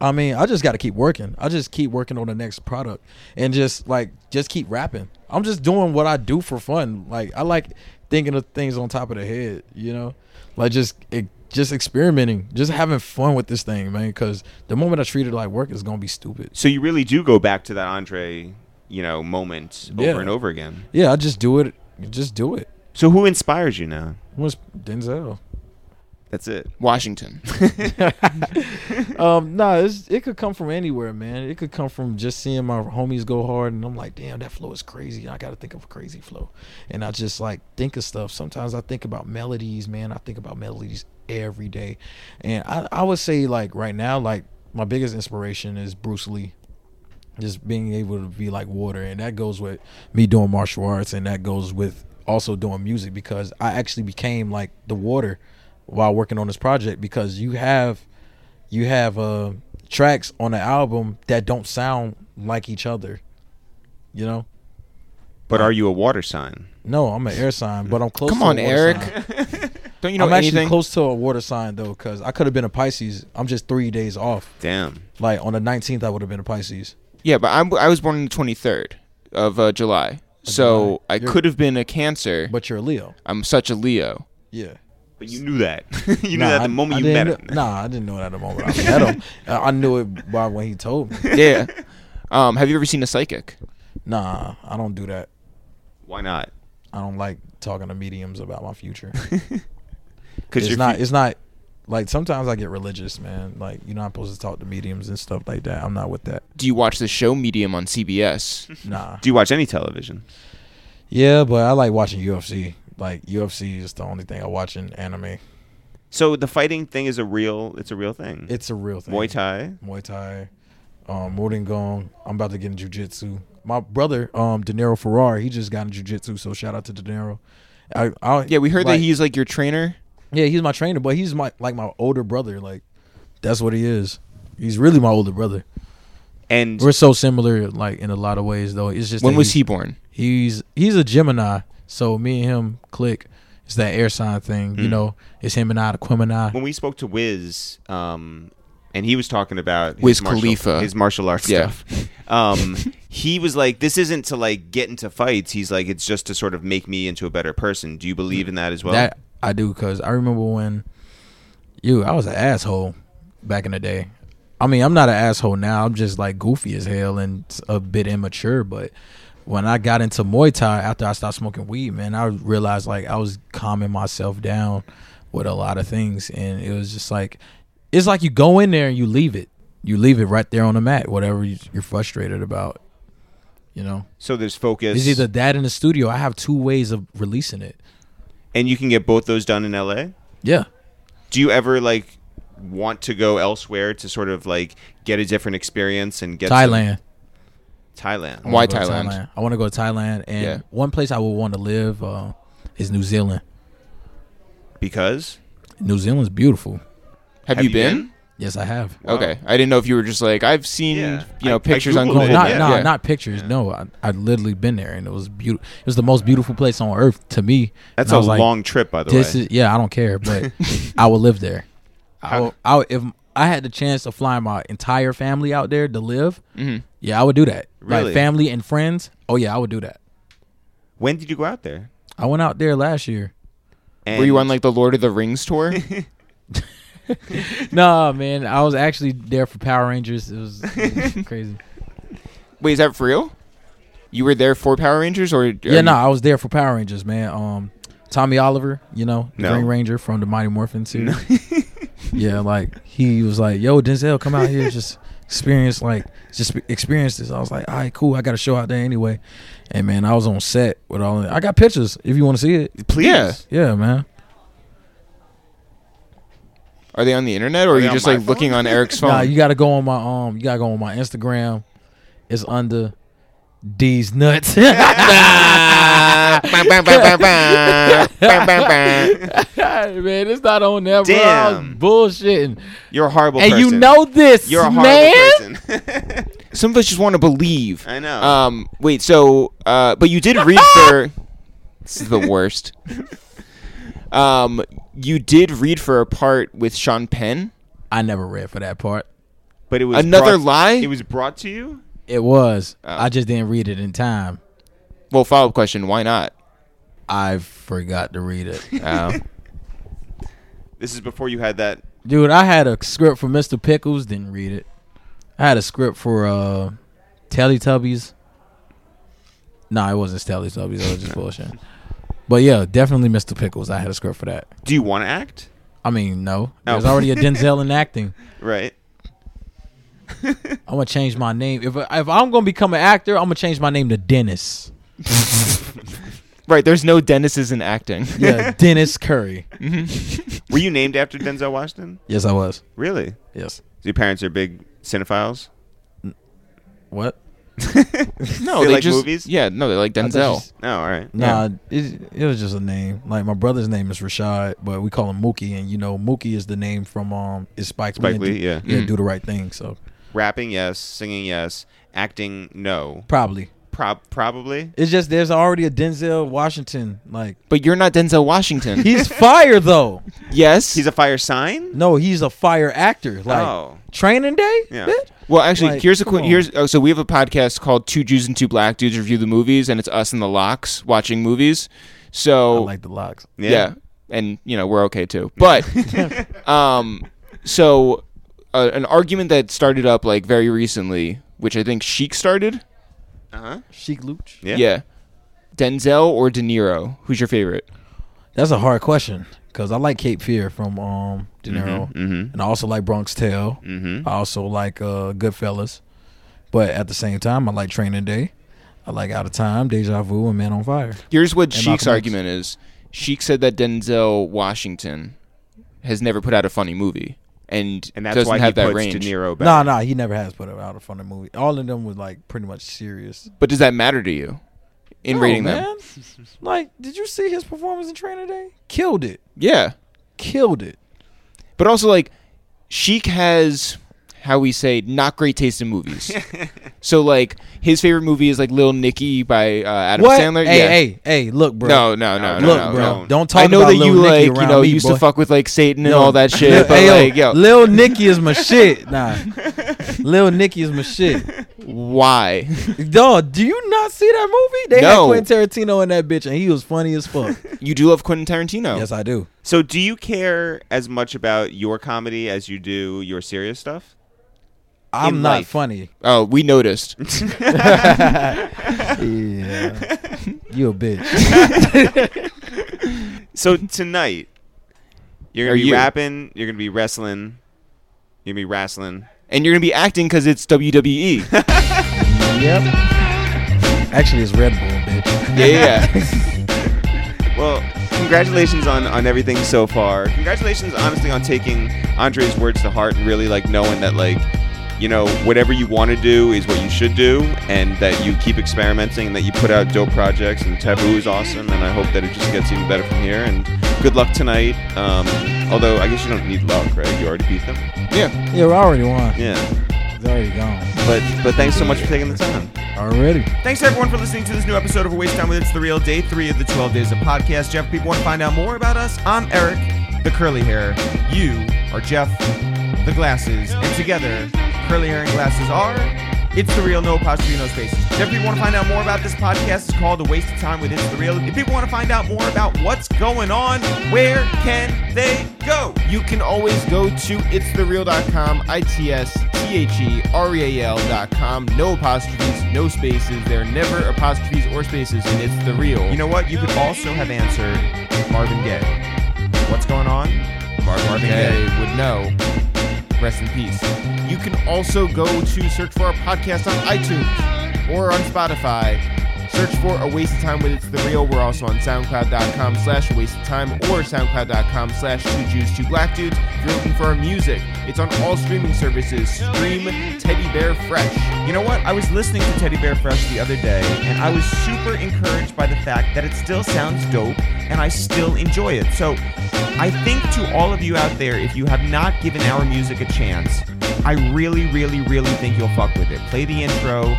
E: I mean, I just got to keep working. I just keep working on the next product and just like just keep rapping. I'm just doing what I do for fun. Like I like thinking of things on top of the head, you know? Like just it, just experimenting, just having fun with this thing, man, cuz the moment I treat it like work it's going to be stupid.
C: So you really do go back to that Andre, you know, moment over
E: Yeah.
C: and over again.
E: Yeah, I just do it. Just do it.
C: So who inspires you now?
E: What's Denzel?
C: That's it.
D: Washington.
E: um, nah, it's, it could come from anywhere, man. It could come from just seeing my homies go hard, and I'm like, damn, that flow is crazy. I got to think of a crazy flow, and I just like think of stuff. Sometimes I think about melodies, man. I think about melodies every day, and I, I would say like right now, like my biggest inspiration is Bruce Lee. Just being able to be like water, and that goes with me doing martial arts, and that goes with also doing music because I actually became like the water while working on this project because you have you have uh tracks on the album that don't sound like each other. You know?
C: But are you a water sign?
E: No, I'm an air sign, but I'm close
D: Come
E: to
D: on,
E: a water
D: Eric.
E: sign.
D: Don't you know
E: I'm
D: anything?
E: actually close to a water sign though, because I could have been a Pisces. I'm just three days off.
C: Damn.
E: Like on the nineteenth I would have been a Pisces.
D: Yeah, but I'm, I was born on the 23rd of uh, July. So I
E: You're-
D: could have been a Cancer. But
E: But you're a Leo.
D: I'm such a Leo.
E: Yeah.
C: But you knew that. *laughs* you knew
E: Nah,
C: that
E: I-
C: the moment
E: I
C: you met
E: didn't
C: him.
E: kn- Nah, I didn't know it at the moment I met him. *laughs* I I knew it by when he told me.
D: Yeah. um, have you ever seen a psychic?
E: Nah, I don't do that.
C: Why not?
E: I don't like talking to mediums about my future.
C: Because
E: it's
C: you're
E: not it's not like sometimes I get religious, man. Like you're not supposed to talk to mediums and stuff like that. I'm not with that.
D: Do you watch the show Medium on CBS?
E: Nah.
C: do you watch any television?
E: Yeah, but I like watching UFC. Like UFC is the only thing I watch in anime.
C: So the fighting thing is a real. It's a real thing.
E: It's a real thing.
C: Muay Thai.
E: Muay Thai. Um, Modern Gong. I'm about to get in jujitsu. My brother, um, De Niro Ferrar, he just got in jujitsu. So shout out to De Niro. I, I,
D: Yeah, we heard
E: like-
D: that he's like your trainer.
E: Yeah, he's my trainer, but he's my like my older brother. Like that's what he is. He's really my older brother.
C: And
E: We're so similar, like in a lot of ways, though. It's just
D: When
E: that
D: was
E: he's-
D: he born?
E: he's he's a Gemini, so me and him click. It's that air sign thing,
D: Mm.
E: you know. It's him and I, the Gemini.
C: when we spoke to Wiz, um, and he was talking about his
D: Wiz
C: martial-
D: Khalifa.
C: his martial arts
D: Yeah.
C: stuff. Um, *laughs* he was like, "This isn't to like get into fights." He's like, "It's just to sort of make me into a better person." Do you believe in that as well?
E: That I do, cause I remember when you, I was an asshole back in the day. I mean, I'm not an asshole now. I'm just like goofy as hell and a bit immature. But when I got into Muay Thai after I stopped smoking weed, man, I realized like I was calming myself down with a lot of things, and it was just like it's like you go in there and you leave it. You leave it right there on the mat, whatever you- you're frustrated about. You know,
C: So there's focus.
E: it's either that in the studio. I have two ways of releasing it.
C: and you can get both those done in LA.
E: Yeah.
C: Do you ever like want to go elsewhere to sort of like get a different experience and get some-
E: Thailand.
C: Thailand.
E: I wanna
D: Why
E: go to
D: Thailand?
E: I want to go to Thailand, and
D: Yeah.
E: one place I would want to live uh, is New Zealand.
C: Because
E: New Zealand's beautiful.
D: Have, you been?
E: Yes, I have.
C: Wow.
D: Okay, I didn't know if you were just like I've seen
C: Yeah.
D: you know
C: I- I
D: pictures on
C: Googled
E: No,
C: it,
D: Google.
E: not
C: yeah.
E: no,
D: Yeah.
E: not pictures. No, I I literally been there, and it was beautiful. It was the most beautiful place on earth to me.
C: That's
E: And I
C: a
E: was like,
C: long trip, by the
E: This
C: way.
E: is yeah. I don't
C: *laughs*
E: care, but I would live there. I would, I would, if I had the chance of flying my entire family out there to live,
D: Mm-hmm.
E: yeah, I would do that.
C: Really?
E: Like family and friends. Oh yeah, I would do that.
C: when did you go out there?
E: I went out there last year.
C: And
D: Were you on like the Lord of the Rings tour?
E: nah, man, I was actually there for Power Rangers. It was, it was crazy.
D: Wait, is that for real? You were there for Power Rangers, or
E: yeah, no, I was there for Power Rangers, man. Um, Tommy Oliver, you know, the
C: No.
E: Green Ranger from the Mighty Morphin series. *laughs* yeah, like he was like, "Yo, Denzel, come out here, just experience like just experience this." I was like, "All right, cool. I got a show out there anyway." And man, I was on set with all. I got pictures if you want to see it.
C: please.
D: Yeah.
E: Yeah, man.
D: Are they on the internet, or are,
C: they
D: you
C: on
D: just
C: my
D: like looking on Eric's phone?
E: Nah, you gotta go on my um, you gotta go on my Instagram. It's under D's nuts. *laughs* man, it's not on there, bro. I was
C: Damn.
E: bullshitting.
C: You're a horrible
E: And
C: person.
E: you know this,
C: You're a horrible
E: man.
C: person. *laughs*
D: Some of us just want to believe.
C: I know.
D: Um, wait, so uh, but you did
E: *laughs*
D: read for. this is the worst. Um, you did read for a part with Sean Penn.
E: I never read for that part.
C: but it was
D: Another
C: brought-
D: lie.
C: It was brought to you.
E: It was.
C: Oh.
E: I just didn't read it in time.
D: well, follow up question: Why not?
E: I forgot to read it. *laughs*
D: Um,
C: This is before you had that.
E: Dude, I had a script for Mr. Pickles, didn't read it. I had a script for uh Teletubbies. Nah, it wasn't Teletubbies, I
C: *laughs*
E: was just bullshit. But yeah, definitely Mr. Pickles. I had a script for that.
C: Do you want to act?
E: I mean, no.
C: No. *laughs*
E: There's already a Denzel in acting.
D: *laughs*
C: Right.
E: I'm gonna change my name. If if I'm gonna become an actor, I'm gonna change my name to Dennis.
D: *laughs* right, there's no Dennis's in acting. *laughs* Mm-hmm.
E: Yeah, Dennis Curry.
C: Were you named after Denzel Washington?
E: Yes, I was.
C: Really?
E: Yes.
C: Your parents are big cinephiles.
E: What?
D: no,
C: They
D: they
C: like
D: just
C: movies?
D: yeah, no, they like
E: I thought you
D: Denzel.
E: s-
C: Oh, all right.
E: Nah, it, it was just a name. Like my brother's name is Rashad, but we call him Mookie, and you know Mookie is the name from um is Spike
C: Spike
E: and
C: Lee,
E: do-
C: yeah.
E: do the right thing. So
C: Rapping, yes. Singing, yes. Acting, no.
E: probably
C: Prob- probably.
E: it's just there's already a Denzel Washington. *laughs* Like
D: But you're not Denzel Washington.
E: he's fire though.
D: yes.
C: He's a fire sign.
E: No, he's a fire actor. Like
C: Oh.
E: Training Day.
C: Yeah.
E: bitch?
D: well, actually,
E: like,
D: here's a
E: come
D: qu-
E: on.
D: here's oh, so we have a podcast called Two Jews and Two Black Dudes Review the Movies, and it's us and the Locks watching movies.
E: I
C: Oh.
D: So
E: like the locks.
D: yeah. and you know we're okay too.
C: *laughs*
D: But um, so uh, an argument that started up like very recently, which I think Sheik started.
C: Uh huh.
E: Sheik Luch.
C: Yeah.
D: yeah. Denzel or De Niro? Who's your favorite?
E: That's a hard question because I like Cape Fear from um De
D: Mm-hmm,
E: Niro,
C: Mm-hmm,
E: and I also like Bronx Tale.
D: Mm.
E: I also like uh Goodfellas, but at the same time, I like Training Day. I like Out of Time, Deja Vu, and Man on Fire.
D: Here's
E: And
D: what Sheik's
E: Malcolm X.
D: argument is. Sheik said that Denzel Washington has never put out a funny movie, and,
C: And that's
D: doesn't
C: why
D: have
C: he
D: that
C: puts
D: range.
C: De Niro back.
E: No, nah, no, nah, he never has put out a funny movie. All of them was like pretty much serious.
D: But does that matter to you in
E: No,
D: reading them?
E: man. like, did you see his performance in Training Day? Killed it,
D: Yeah,
E: killed it.
D: but also like Sheik has how we say not great taste
E: *laughs*
D: in movies. so like his favorite movie is like Little Nicky by uh, Adam
E: what?
D: Sandler.
E: Hey,
D: yeah.
E: hey, hey! Look, bro.
D: No, no,
C: No,
D: no, no,
E: look,
D: no,
E: bro.
D: no.
E: Don't talk
D: I know
E: about
D: that
E: Lil
D: you
E: Nicky
D: like, you
E: around
D: know,
E: me,
D: used
E: boy.
D: to fuck with like Satan and
E: Yo. *laughs*
D: all that shit, but
E: Ayo,
D: like, yo,
E: Lil Nicky is my shit.
D: *laughs*
E: Nah, Lil Nicky is my shit. *laughs*
D: why?
E: Dog, do you not see that movie? They
D: No.
E: had Quentin Tarantino in that bitch, and he was funny as
D: *laughs*
E: fuck.
D: you do love Quentin Tarantino.
E: yes, I do.
C: So, do you care as much about your comedy as you do your serious stuff?
E: I'm
C: In
E: not
C: life.
D: *laughs*
E: funny.
D: Oh,
E: *laughs*
D: we noticed.
E: Yeah, you a bitch.
D: *laughs*
C: So tonight, you're gonna
D: Are
C: be
D: you?
C: rapping. You're gonna be wrestling. You're gonna be wrestling.
D: E.
E: *laughs*
D: and you're gonna be acting because it's WWE.
E: yep. Actually, it's Red Bull, bitch.
F: Yeah, yeah.
E: *laughs*
F: yeah.
C: Well, congratulations on, on everything so far. Congratulations, honestly, on taking Andre's words to heart and really like knowing that like, you know, whatever you want to do is what you should do, and that you keep experimenting and that you put out dope projects. And Taboo is awesome, and I hope that it just gets even better from here. And good luck tonight. Um, although I guess you don't need luck, right? You already beat them.
F: yeah.
E: Yeah, we already won.
C: Yeah.
E: It's already gone.
C: But but thanks so much for taking the time.
E: Already.
C: Thanks everyone for listening to this new episode of A Waste Time with It's the Real Day Three of the Twelve Days of Podcast. Jeff, if people want to find out more about us, I'm Eric, the curly hair. You are Jeff, the glasses, and together, curly hair and glasses are. It's the real, no apostrophe, no spaces. Jeff, if people want to find out more about this podcast, it's called A Waste of Time with It's the Real. If people want to find out more about what's going on, where can they go?
D: You can always go to itsthereal.com, I T S T H E R E A L.com. No apostrophes, no spaces. There are never apostrophes or spaces, and it's the real.
C: You know what? You could also have answered Marvin Gaye. What's going on? Marvin, Marvin
D: they
C: Gaye.
D: would know. Rest in peace. You can also go to search for our podcast on iTunes or on Spotify. Search for A Waste of Time with It's The Real. We're also on SoundCloud.com slash Waste of Time or SoundCloud.com slash Two Jews, Two Black Dudes. If you're looking for our music, it's on all streaming services. Stream Teddy Bear Fresh.
C: You know what? I was listening to Teddy Bear Fresh the other day, and I was super encouraged by the fact that it still sounds dope, and I still enjoy it. So, I think to all of you out there, if you have not given our music a chance, I really, really, really think you'll fuck with it. Play the intro,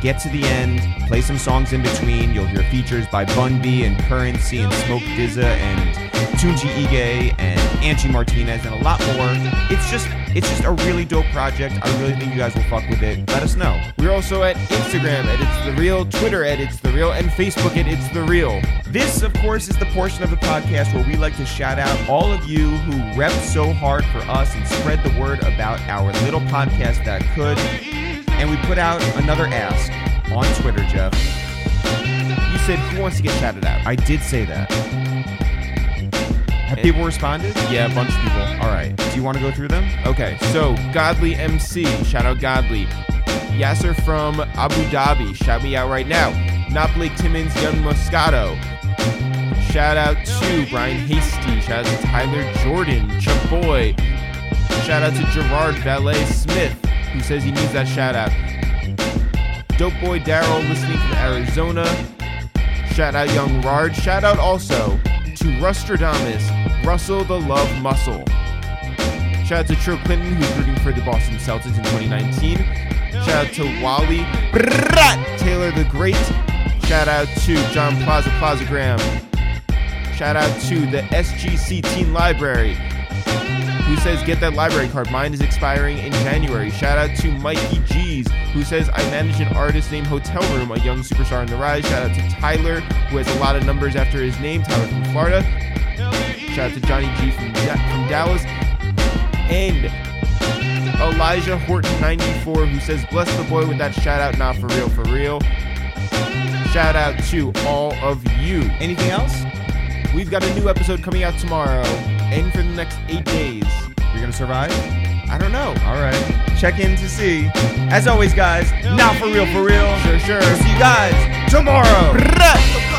C: get to the end, play some songs in between. You'll hear features by Bun B and Currency and Smoke Dizza and Tunji Ige and Angie Martinez and a lot more. It's just, it's just a really dope project. I really think you guys will fuck with it. Let us know.
D: We're also at Instagram at It's The Real, Twitter at It's The Real, and Facebook at It's The Real.
C: This, of course, is the portion of the podcast where we like to shout out all of you who rep so hard for us and spread the word about our little podcast that could. And we put out another ask on Twitter, Jeff.
D: You said, who wants to get shouted out?
C: I did say that. Have people responded?
D: Yeah, a bunch of people.
C: All right. Do you want to go through them?
D: Okay, so Godly MC, shout out Godly. Yasser from Abu Dhabi, shout me out right now. Not Blake Timmons, Young Moscato. Shout out to Brian Hasty, shout out to Tyler Jordan, Chuck Boy. Shout out to Gerard Valet Smith, who says he needs that shout out. Dope Boy Daryl, listening from Arizona. Shout out Young Rard. Shout out also to Rustradamus, Russell the Love Muscle. Shout out to Tro Clinton, who's rooting for the Boston Celtics in 2019. Shout out to Wally Brat, Taylor the Great. Shout out to John Plaza Plazagram. Shout out to the SGC Teen Library, who says get that library card. Mine is expiring in January. Shout out to Mikey G's, who says I manage an artist named Hotel Room, a young superstar in the rise. Shout out to Tyler, who has a lot of numbers after his name. Tyler from Florida. Shout out to Johnny G from, Da- from Dallas. And Elijah Horton 94, who says bless the boy with that shout out. Not for real, for real. Shout out to all of you.
C: Anything else?
D: We've got a new episode coming out tomorrow and for the next eight days.
C: You're going to survive?
D: I don't know.
C: All right. Check in to see. As always, guys, not for real, for real.
D: Sure, sure.
C: See you guys tomorrow.